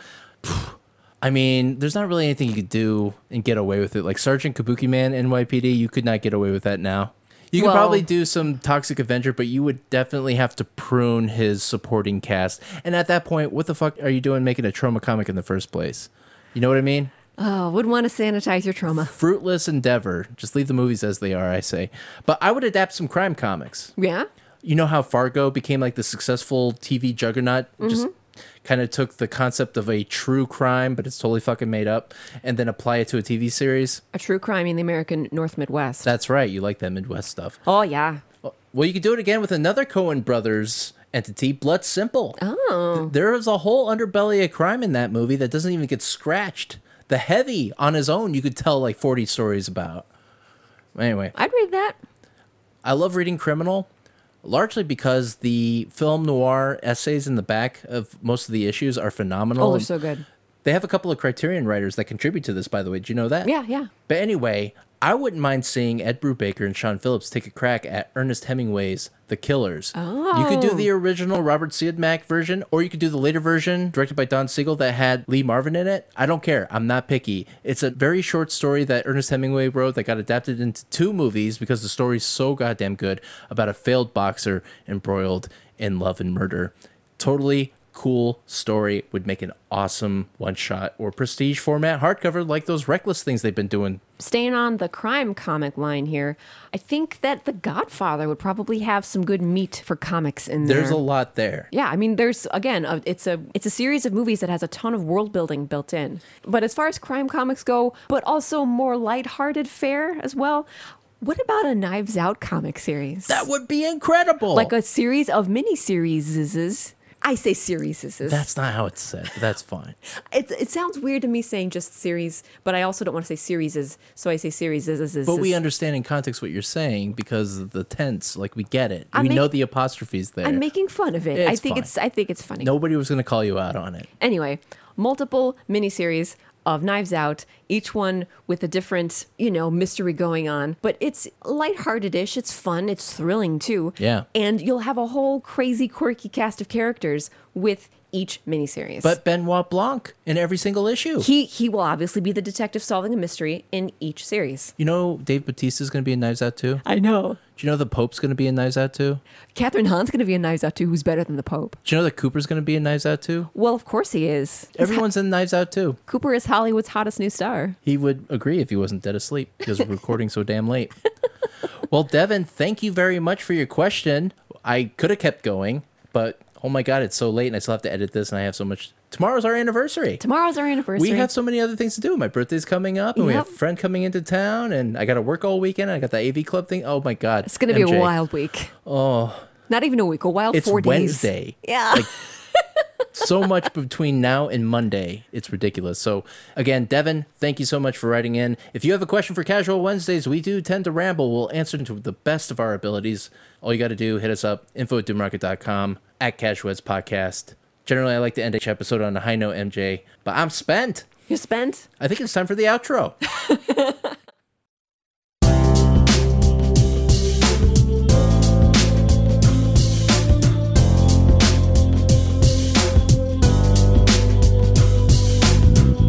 S1: I mean, there's not really anything you could do and get away with it. Like Sergeant Kabuki Man NYPD, you could not get away with that now. You could
S2: Well-
S1: probably do some Toxic Avenger, but you would definitely have to prune his supporting cast. And at that point, what the fuck are you doing making a trauma comic in the first place? You know what I mean?
S2: oh, would want to sanitize your trauma.
S1: Fruitless endeavor. Just leave the movies as they are, I say. But I would adapt some crime comics.
S2: Yeah.
S1: you know how Fargo became like the successful TV juggernaut? It Just kind of took the concept of a true crime, but it's totally fucking made up, and then apply it to a TV series.
S2: A true crime in the American North Midwest.
S1: That's right. You like that Midwest stuff.
S2: oh, yeah.
S1: Well, you could do it again with another Cohen Brothers entity, Blood Simple. Oh. There is a whole underbelly of crime in that movie that doesn't even get scratched. The Heavy on his own, you could tell like 40 stories about. Anyway,
S2: I'd read that.
S1: I love reading criminal largely because the film noir essays in the back of most of the issues are phenomenal.
S2: Oh, they're so good.
S1: They have a couple of Criterion writers that contribute to this, by the way. Do you know that?
S2: Yeah, yeah.
S1: But anyway, I wouldn't mind seeing Ed Brubaker and Sean Phillips take a crack at Ernest Hemingway's The Killers. You could do
S2: Oh.
S1: the original Robert Siodmak version, or you could do the later version directed by Don Siegel that had Lee Marvin in it. I don't care. I'm not picky. It's a very short story that Ernest Hemingway wrote that got adapted into two movies because the story's so goddamn good about a failed boxer embroiled in love and murder. Totally cool story would make an awesome one shot or prestige format hardcover like those reckless things they've been doing
S2: Staying on the crime comic line here, I think that The Godfather would probably have some good meat for comics in there.
S1: There's a lot there.
S2: Yeah, I mean, there's again, a, it's a it's a series of movies that has a ton of world building built in. But as far as crime comics go, but also more lighthearted fare as well. What about a Knives Out comic series?
S1: That would be incredible.
S2: like a series of miniseries. I say series.
S1: that's not how it's said, but that's fine.
S2: It, it sounds weird to me saying just series, but I also don't want to say series, so I say series.
S1: But we understand in context what you're saying because of the tense. Like we get it. we
S2: make-
S1: know the apostrophes there.
S2: I'm making fun of it. I
S1: It's
S2: think
S1: fine.
S2: it's I think it's funny.
S1: Nobody was going to call you out on it.
S2: Anyway, multiple miniseries of Knives Out, each one with a different, you know, mystery going on. But it's lighthearted-ish, it's fun, it's thrilling too.
S1: Yeah.
S2: And you'll have a whole crazy, quirky cast of characters with each miniseries.
S1: But Benoit Blanc in every single issue.
S2: he he will obviously be the detective solving a mystery in each series.
S1: you know Dave Batista's going to be in Knives Out too?
S2: I know.
S1: Do you know the Pope's going to be in Knives Out too?
S2: Catherine Hahn's gonna be in Knives Out too, who's better than the Pope.
S1: Do you know that Cooper's going to be in Knives Out too?
S2: Well, of course he is.
S1: Everyone's in Knives Out too.
S2: Cooper is Hollywood's hottest new star.
S1: He would agree if he wasn't dead asleep because we're recording so damn late. well, Devin, thank you very much for your question. I could have kept going, but oh my God, it's so late and I still have to edit this and I have so much. Tomorrow's our anniversary.
S2: Tomorrow's our anniversary.
S1: We have so many other things to do. My birthday's coming up and we have a
S2: Yep.
S1: friend coming into town and I got to work all weekend. I got the AV club thing. Oh my God.
S2: It's going to be a
S1: MJ.
S2: wild week. Oh. Not even a week, a wild
S1: It's
S2: four days.
S1: Wednesday.
S2: Yeah.
S1: so much between now and Monday. It's ridiculous. So, again, Devin, thank you so much for writing in. If you have a question for Casual Wednesdays, we do tend to ramble. We'll answer to the best of our abilities. All you got to do, hit us up, info at doomrocket.com, at Casuals Podcast. Generally, I like to end each episode on a high note, MJ, but I'm spent.
S2: You're spent?
S1: I think it's time for the outro.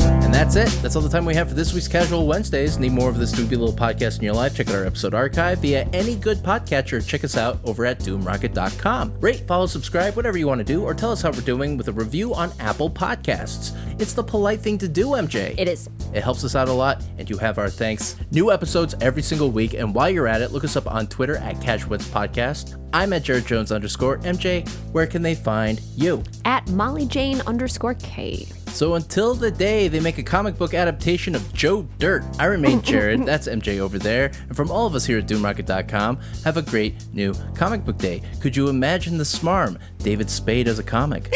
S1: And That's it. That's all the time we have for this week's Casual Wednesdays. Need more of this Doopy Little podcast in your life? Check out our episode archive via any good podcatcher. Check us out over at doomrocket.com. Rate, follow, subscribe, whatever you want to do, or tell us how we're doing with a review on Apple Podcasts. It's the polite thing to do, MJ.
S2: It is.
S1: It helps us out a lot, and you have our thanks. New episodes every single week, and while you're at it, look us up on Twitter at Cashwitz Podcast. I'm at Jared Jones underscore MJ. Where can they find you?
S2: At Molly Jane underscore K.
S1: So until the day they make a comic book adaptation of Joe Dirt, I remain Jared. that's MJ over there. And from all of us here at DoomRocket.com, have a great new comic book day. Could you imagine the smarm? David Spade as a comic.